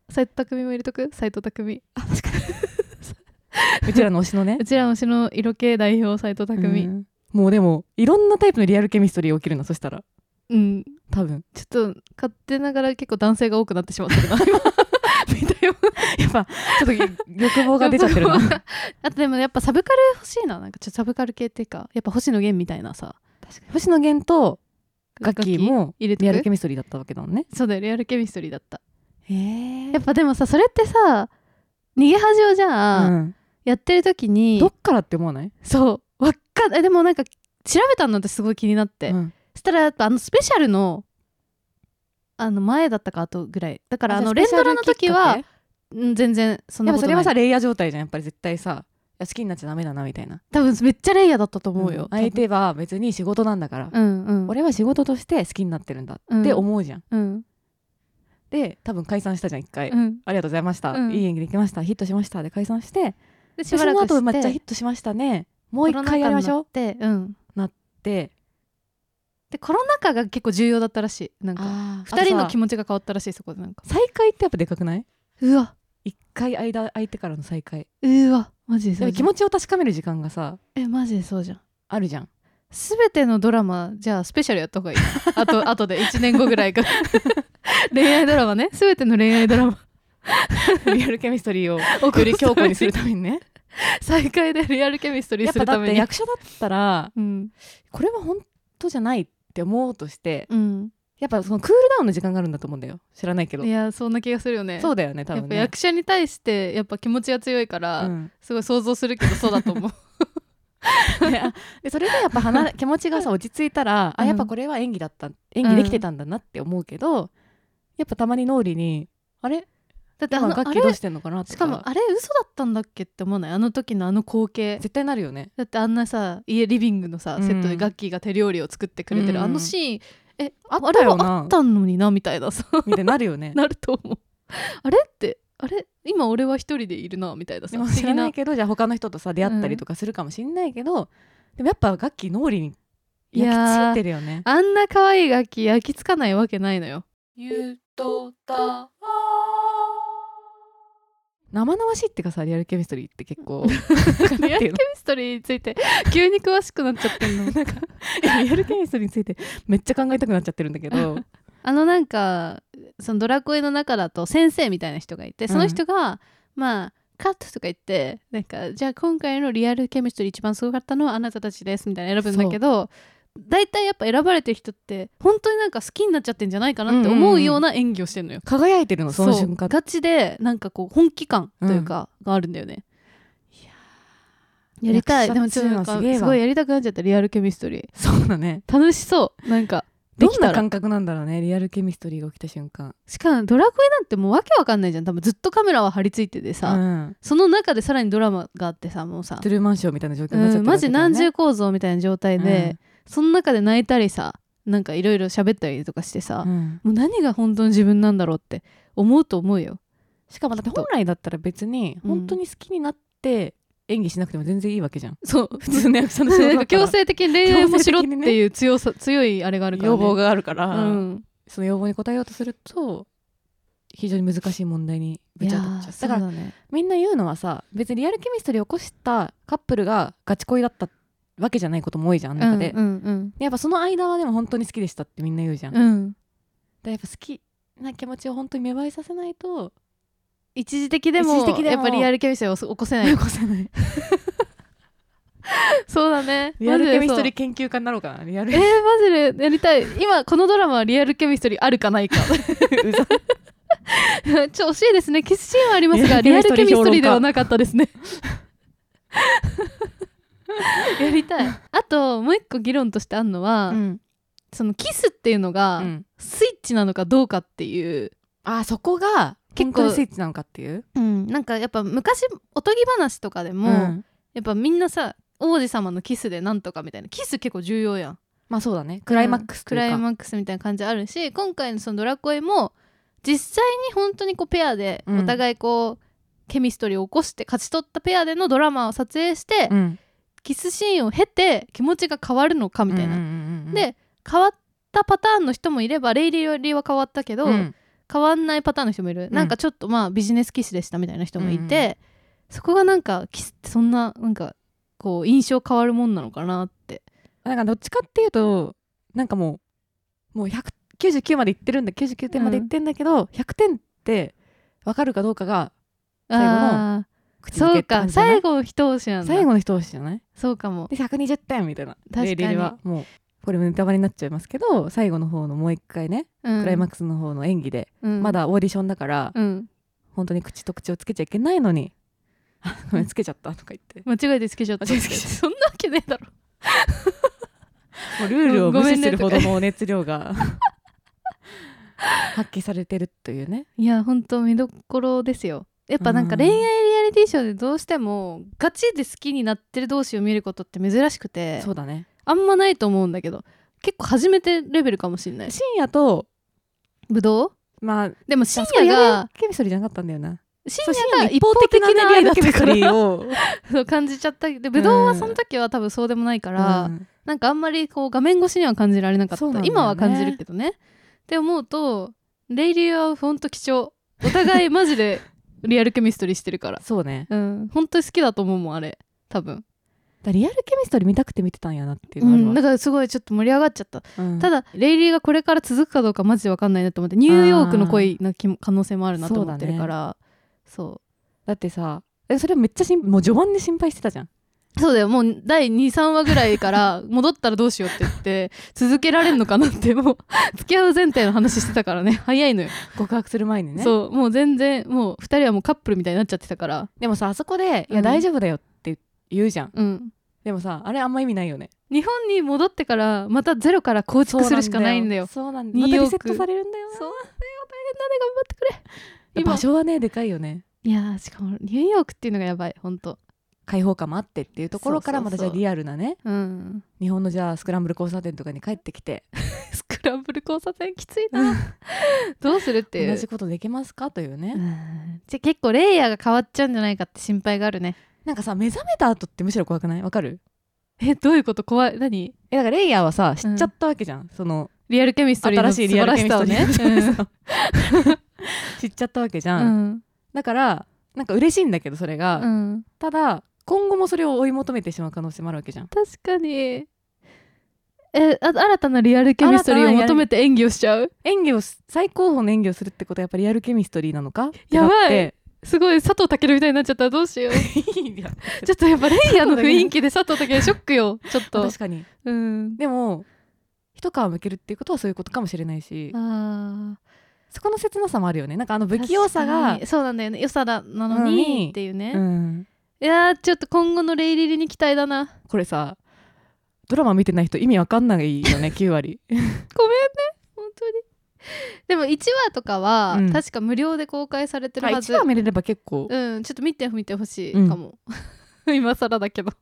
S1: 斎藤匠も入れとく斎藤匠
S2: あ確かにうちらの推しのね
S1: うちらの推しの色系代表斎藤
S2: う
S1: 匠
S2: んもうでもいろんなタイプのリアルケミストリー起きるなそしたら
S1: うん
S2: 多分
S1: ちょっと勝手ながら結構男性が多くなってしまってるな 今見たよ
S2: やっぱちょっと欲望が出ちゃってるな
S1: 欲望があとでもやっぱサブカル欲しいななんかちょっとサブカル系っていうかやっぱ星野源みたいなさ
S2: 星野源とガッキーも
S1: 入れ
S2: リアル
S1: て
S2: ケ
S1: く
S2: ミストリーだったわけだもんね
S1: そうだよリアルケミストリーだった
S2: へえ
S1: やっぱでもさそれってさ逃げ恥をじゃあ、
S2: うん
S1: やってる時に
S2: どっからって思わない
S1: そうわっかえでもなんか調べたのってすごい気になって、
S2: うん
S1: そしたらやっぱあのスペシャルのあの前だったかあとぐらいだからあのレンドラの時はうん全然そん
S2: や
S1: な
S2: っ
S1: ことない
S2: ぱそれはさレイヤー状態じゃんやっぱり絶対さいや好きになっちゃダメだなみたいな
S1: 多分めっちゃレイヤーだったと思うよ、
S2: ん相手は別に仕事なんだから、
S1: うんうん
S2: 俺は仕事として好きになってるんだって思うじゃん、
S1: うん
S2: で多分解散したじゃん一回、
S1: うん
S2: ありがとうございました、
S1: うん
S2: いい演技できましたヒットしましたで解散して
S1: でし
S2: で
S1: ば
S2: そ
S1: ら
S2: の
S1: く
S2: 後
S1: し
S2: め
S1: て
S2: っちゃヒットしましたねもう一回やりましょうっ
S1: コロナ禍になってうん
S2: て
S1: でコロナ禍が結構重要だったらしいなんか
S2: あ
S1: 2人の気
S2: 持ち
S1: 持ちが変わったらしいそこでなんか
S2: 再会ってやっぱでかくないう
S1: わ
S2: 一回間空いてからの再会
S1: うわマジでそ
S2: で
S1: う
S2: も
S1: じ
S2: 気
S1: ゃん
S2: 持ちを確かめる時間がさ
S1: えマジでそうじゃん
S2: あるじゃん
S1: 全てのドラマじゃあスペシャルやった方がいいなあとあ とで1年後ぐらいから 恋愛ドラマね全ての恋愛ドラ マ
S2: リアルケミストリ ーをより強固にするためにね
S1: 再会でリアルケミストリー
S2: やっ
S1: す
S2: ぱ
S1: る
S2: だ
S1: た
S2: っ
S1: め
S2: て
S1: に
S2: 役者だったら
S1: うん
S2: これは本当じゃないって思うとして
S1: うん
S2: やっぱそのクールダウンの時間があるんだと思うんだよ知らないけど
S1: いやそんな気がするよね
S2: そうだよね多
S1: やっ
S2: 分
S1: ぱ
S2: ね
S1: 役者に対してやっぱ気持ちが強いから、
S2: うん
S1: すごい想像するけどそうだと思う
S2: で あでそれでやっぱ話気持ちがさ落ち着いたら、
S1: う
S2: あ
S1: ん
S2: やっぱこれは演技だった演技できてたんだなって思うけど、やっぱたまに脳裏にあれ
S1: だってあ
S2: 今
S1: の
S2: 楽
S1: あ
S2: 器ど
S1: れ
S2: うしてんのかなとか
S1: しかもあれ嘘だったんだっけって思わないあの時のあの光景
S2: 絶対なる よね
S1: だってあんなさ家リビングのさ、
S2: うん
S1: セットでガッキーが手料理を作ってくれてる、
S2: うん
S1: あのシーンえあ
S2: あった
S1: あれ
S2: よ
S1: は
S2: な
S1: あったのになみたいなさ
S2: みたいになるよね
S1: なると思うあれってあれ今俺は一人でいるなみたいなさ
S2: で
S1: 不
S2: も
S1: 思議
S2: 知らな
S1: ない
S2: けどじゃあ他の人とさ出会ったりとかするかもしんないけど、でもやっぱ楽器脳裏に
S1: い
S2: 焼き付
S1: やー
S2: いてるよね
S1: あんな可愛い楽器焼き付かないわけないのよ
S2: ゆとた生々しいって かさリアルケミストリーって結構なんて
S1: リアル
S2: い
S1: ケ
S2: う
S1: ミストリーについて急に詳しくなっちゃってんの
S2: なんかのリアルケミストリーについてめっちゃ考えたくなっちゃってるんだ けど
S1: あのなんかそのドラクエの中だと先生みたいな人がいてその人が、まあカットとか言ってなんかじゃあ今回のリアルケミストリー一番すごかったのはあなたたちですみたいな選ぶんだけど大体やっぱ選ばれてる人って本当になんか好きになっちゃってんじゃないかなって思うような演技をしてるのよ。
S2: 輝いてるのその
S1: そう
S2: 瞬間
S1: ガチでなんかこう本気感というかがあるんだよね、
S2: いやー
S1: やりたいでも
S2: 役
S1: ち
S2: 者
S1: ょ
S2: っ
S1: ってとな
S2: いうのは
S1: んか
S2: すげえわ
S1: すごいやりたくなっちゃったリアルケミストリー
S2: そうだね
S1: 楽しそうなんかで
S2: ど
S1: き
S2: ん
S1: た
S2: な
S1: ら
S2: 感覚なんだろうねリアルケミストリーが起きた瞬間
S1: しかもドラクエなんてもうわけわかんないじゃん多分ずっとカメラは張り付いててさ、
S2: うん、
S1: その中でさらにドラマがあってさもうさ、
S2: トゥルーマンションみたいな状況
S1: う
S2: になっちゃって
S1: ん、
S2: るわ
S1: マジ
S2: けだよね
S1: 何重構造みたいな状態で、
S2: う
S1: その中で泣いたりさなんかいろいろ喋ったりとかしてさ、
S2: んうん
S1: もう何が本当の自分なんだろうって思うと思うよ
S2: しかもだって本来だったら別に
S1: うん
S2: 本当に好きになって演技しなくても全然いいわけじゃん、
S1: そう
S2: 普通の役者の仕事だ
S1: なん
S2: っ
S1: か
S2: た
S1: ら 強制的に恋愛もしろっていう強 さ、強いあれがあるから、ね、
S2: 要望があるから、
S1: うん、
S2: その要望に応えようとすると非常に難しい問題にぶち当たっちゃうだから
S1: らね
S2: みんな言うのはさ別にリアルケミストリーを起こしたカップルがガチ恋だったわけじゃないことも多いじゃんあの中で、
S1: うんうん
S2: やっぱその間はでも本当に好きでしたってみんな言うじゃん、
S1: う
S2: だか
S1: ん、うん、
S2: らやっぱ好きな気持ちを本当に芽生えさせないと
S1: 一時的でも
S2: 一時的でも
S1: やっぱリアルケミストリーを起こせない
S2: 起こせない
S1: そうだね
S2: リアルケミストリー
S1: ー
S2: 研究家になろうかなリアル
S1: え ー、マジでやりたい今このドラマはリアルケミストリーあるかないか
S2: うざ
S1: ちょ惜しいですねキスシーンはありますがリ
S2: リ
S1: ア
S2: ア
S1: ル
S2: ル
S1: ケ
S2: ケ
S1: ミ
S2: ミ
S1: ス
S2: ス
S1: ト
S2: ト
S1: リ
S2: リ
S1: ーで
S2: ー評論家
S1: はなかったですね やりたいあともう一個議論としてあるのは、
S2: うん
S1: そのキスっていうのが、
S2: うん
S1: スイッチなのかどうかっていう、
S2: あそこが
S1: 結
S2: 結
S1: 構
S2: 構スイッチなのかっていう
S1: なんかやっぱ昔おとぎ話とかでも、
S2: うん
S1: やっぱみんなさ王子様のキスでなんとかみたいなキス結構重要やん
S2: まあそうだねクライマックス
S1: ク
S2: と
S1: ラ
S2: いう
S1: イ
S2: か、
S1: マックスみたいな感じあるし今回のそのドラクエも実際に本当にこうペアで
S2: うん
S1: お互いこう、ケミストリーを起こして勝ち取ったペアでのドラマを撮影して、
S2: うん
S1: キスシーンを経て気持ちが変わるのかみたいな、
S2: うんうんうんうん
S1: で変わったパターンの人もいればレイリーよりは変わったけど、
S2: うん
S1: 変わんないパターンの人もいる、
S2: うん
S1: なんかちょっとまあビジネスキスでしたみたいな人もい
S2: うんう
S1: て、そこがなんかキスってそんななんかこう印象変わるもんなのかなって
S2: なんかどっちかっていうとなんかもうもう199までいってるんだ99点までいってんだけど、100点って分かるかどうかが最後の
S1: あー
S2: 口づ
S1: そ
S2: け
S1: う
S2: って感
S1: か
S2: じじゃない
S1: 最後の一押しなんだ
S2: 最後の一押しじゃない
S1: そうかも
S2: で120点みたいな
S1: かに
S2: レイレイはもうこれもネタバレになっちゃいますけど最後の方のもう一回ね、
S1: ク
S2: クライマッ
S1: ク
S2: クスの方の演技で、
S1: ス
S2: まだオーディションだから、
S1: うん
S2: 本当に口と口をつけちゃいけないのに「あごめんつけちゃった」とか言って
S1: 間違えてつけちゃった
S2: 間違えてつけちゃった
S1: そんなわけねえだろ
S2: もうルールを無視する
S1: ご
S2: ほ
S1: めんねとか
S2: どの熱量が発揮されてるというね。
S1: いや本当見どころですよやっぱなんか
S2: うん
S1: 恋愛リアリティショーでどうしてもガチで好きになってる同士を見ることって珍しくて
S2: そうだね
S1: あんまないと思うんだけど結構初めてレベルかもしれない
S2: 深夜と
S1: ぶどう
S2: まあ
S1: でも
S2: 深
S1: 深夜
S2: 夜
S1: が
S2: がケミストリーじゃなかったんだよな
S1: 深
S2: そう
S1: 夜が一方的な
S2: 深夜
S1: 恋
S2: が
S1: 愛
S2: 一方的なリアルケ
S1: だ
S2: ミ
S1: った
S2: ス
S1: か
S2: トリ
S1: ら
S2: ーを
S1: そう感じちゃったけどぶどうはその時は多分そうでもないから、
S2: うん
S1: なんかあんまりこう画面越しには感じられなかった、
S2: そうなんだよね
S1: 今は感じるけどねって思うとレイリーはほんと貴重お互いマジ でリアルケミストリーしてるから
S2: そうね
S1: うん本当に好きだと思うもんあれ多分、
S2: だからリアルケミストリー見たくて見てたんやなっていううのがあ
S1: ん、
S2: る
S1: だ
S2: わ
S1: からすごいちょっと盛り上がっちゃった、
S2: うん
S1: ただレイリーがこれから続くかどうかマジで分かんないなと思ってニューヨークの恋の気も可能性もあるなと思ってるからそう,、
S2: だってさえそれめっちゃ心もう序盤で心配してたじ ゃん
S1: そうだよもう第23話ぐらい から戻ったらどうしようって言って続けられんのかなってもう付き合う前提の話してたからね早いのよ、
S2: 告白する前にね
S1: そうもう全然もう2人はもうカップルみたいになっちゃってたから
S2: でもさあそこで「いうや
S1: ん
S2: 大丈夫だよ」って言うじゃん
S1: うん
S2: でもさあれあんま意味ないよね
S1: 日本に戻ってからまたゼロから構築するしかないんだよ
S2: そうなん
S1: ニ
S2: だ
S1: ュ
S2: よ
S1: ー
S2: ま
S1: ヨ
S2: た
S1: ーク
S2: リセットされるんだよ
S1: そう大変だね頑張ってくれ今
S2: 場所はねでかいよね
S1: いやーしかもニューヨークっていうのがやばいほんと
S2: 開放感もあってっていうところから
S1: そう
S2: ま
S1: そう
S2: た
S1: そ
S2: じ
S1: う
S2: ゃあリアルなね
S1: うん
S2: 日本のじゃあスクランブル交差点とかに帰ってきて
S1: スクランブル交差点きついなどうするっていう
S2: 同じことできますかというね、
S1: うんじゃあ結構レイヤーが変わっちゃうんじゃないかって心配があるね
S2: なんかさ目覚めた後ってむしろ怖くないわかる
S1: えどういうこと怖い何
S2: えだからレイヤーはさ知っちゃったわけじゃん、その
S1: リアルケミストリーの
S2: 新しいリアルケミストリ
S1: 素晴らしさをね
S2: ーの 知っちゃったわけじ
S1: う
S2: ゃん、
S1: ん
S2: だからなんか嬉しいんだけどそれが、
S1: うんうん
S2: ただ今後もそれを追い求めてしまう可能性もあるわけじゃん
S1: 確かにえあ新たなリアルケミストリーを求めて演技をしちゃう
S2: 演技をす最高峰の演技をするってことはやっぱりリアルケミストリーなのか
S1: やばい
S2: って
S1: すごい佐藤健みたいになっちゃったらどうし よう
S2: なっていいよ
S1: ちょっとやっぱレイヤーの雰囲気で佐藤健ショックよちょっと
S2: 確かに
S1: うん
S2: でも一皮むけるっていうことはそういうことかもしれないし
S1: あ
S2: そこの切なさもあるよねなんかあの
S1: ー
S2: 不器用さ
S1: 確
S2: が
S1: かにそうなんだよね良さだなの
S2: なの
S1: に
S2: に
S1: っていうね、
S2: うん
S1: いやーちょっと今後のレイリリに期待だな
S2: これさドラマ見てない人意味わかんないよね9割
S1: ごめんね本当にでも1話とかは、
S2: うん
S1: 確か無料で公開されてるはず
S2: 1話見れれば結構
S1: うんちょっと見てみてほしいかも、 今更だけど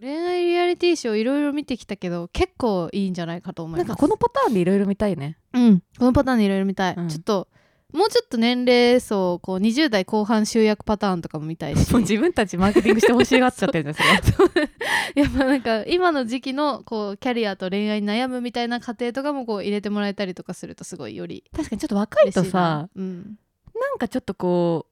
S1: 恋愛リアリティショーいろいろ見てきたけど結構いいんじゃないかと思い
S2: な
S1: ま
S2: ん
S1: す
S2: かこのパターンでいろいろ見たいね
S1: うん、このパターンでいろいろ見たい、
S2: うん
S1: ちょっともうちょっと年齢層こう20代後半集約パターンとかも見たい し
S2: もう自分たちマーケティングしてほしがっちゃってるん ですよ
S1: やっぱなんか今の時期のこうキャリアと恋愛に悩むみたいな過程とかもこう入れてもらえたりとかするとすごいより
S2: 確かにちょっと若い と
S1: 嬉しい
S2: さ
S1: な、うん、
S2: なんかちょっとこ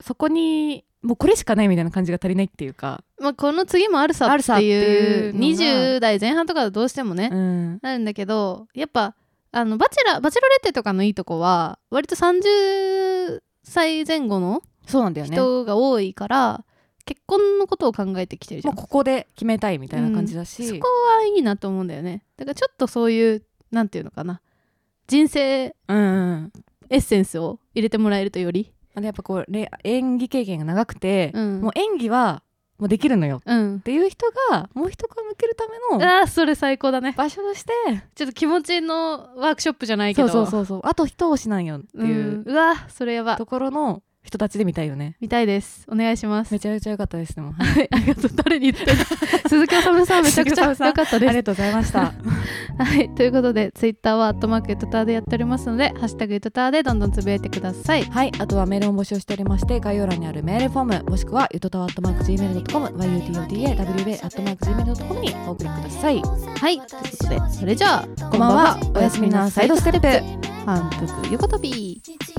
S2: うそこにもうこれしかないみたいな感じが足りないっていうか、
S1: まあ、この次もあるさ
S2: あ
S1: っ
S2: るさっててい
S1: いうう
S2: のが
S1: 20代前半とかだとどうしてもね、
S2: うん、
S1: なるんだけどやっぱあのバチェラバチェロレッテとかのいいとこは割と30歳前後の
S2: そうなんだよねも
S1: 人が多いから、結婚のことを考えてきてるじゃん
S2: うここで決めたいみたいな感じだし、
S1: そこはいいなと思うんだよねだからちょっとそういうなんていうのかな人生
S2: うんうん
S1: エッセンスを入れてもらえるとより
S2: あのやっぱこうれ演技経験が長くて、
S1: うん
S2: もう演技はもうできるのよっ
S1: うん
S2: ていう人がもう一声向けるための
S1: あーそれ最高だね
S2: 場所として
S1: ちょっと気持ちのワークショップじゃないけ
S2: そ
S1: ど
S2: うそうそうそうあと一押しなんよって
S1: ん
S2: いうう
S1: わそれやば
S2: ところの人たちで見たいよね
S1: 見たいですお願いします
S2: めちゃめちゃ良かったです でも
S1: はい ありがとう誰に言 ってんの鈴木おさむさんめちゃくちゃ
S2: 鈴木おさむさん
S1: 良かった
S2: あり
S1: です
S2: がとうございました
S1: はいということでツイッターは「アットマークゆとたわ」でやっておりますので「ハッシュタグゆとたわ」でどんどんつぶやいてください
S2: はい、あとはメールを募集しておりまして、概要欄にあるメールフォーム、もしくは、ゆとたわ .gmail.com、yutotawa.gmail.com にお送りください。
S1: はいということでそれじゃあ
S2: こんばんは、おやすみなサイドステップ。
S1: 反復横跳び
S3: 父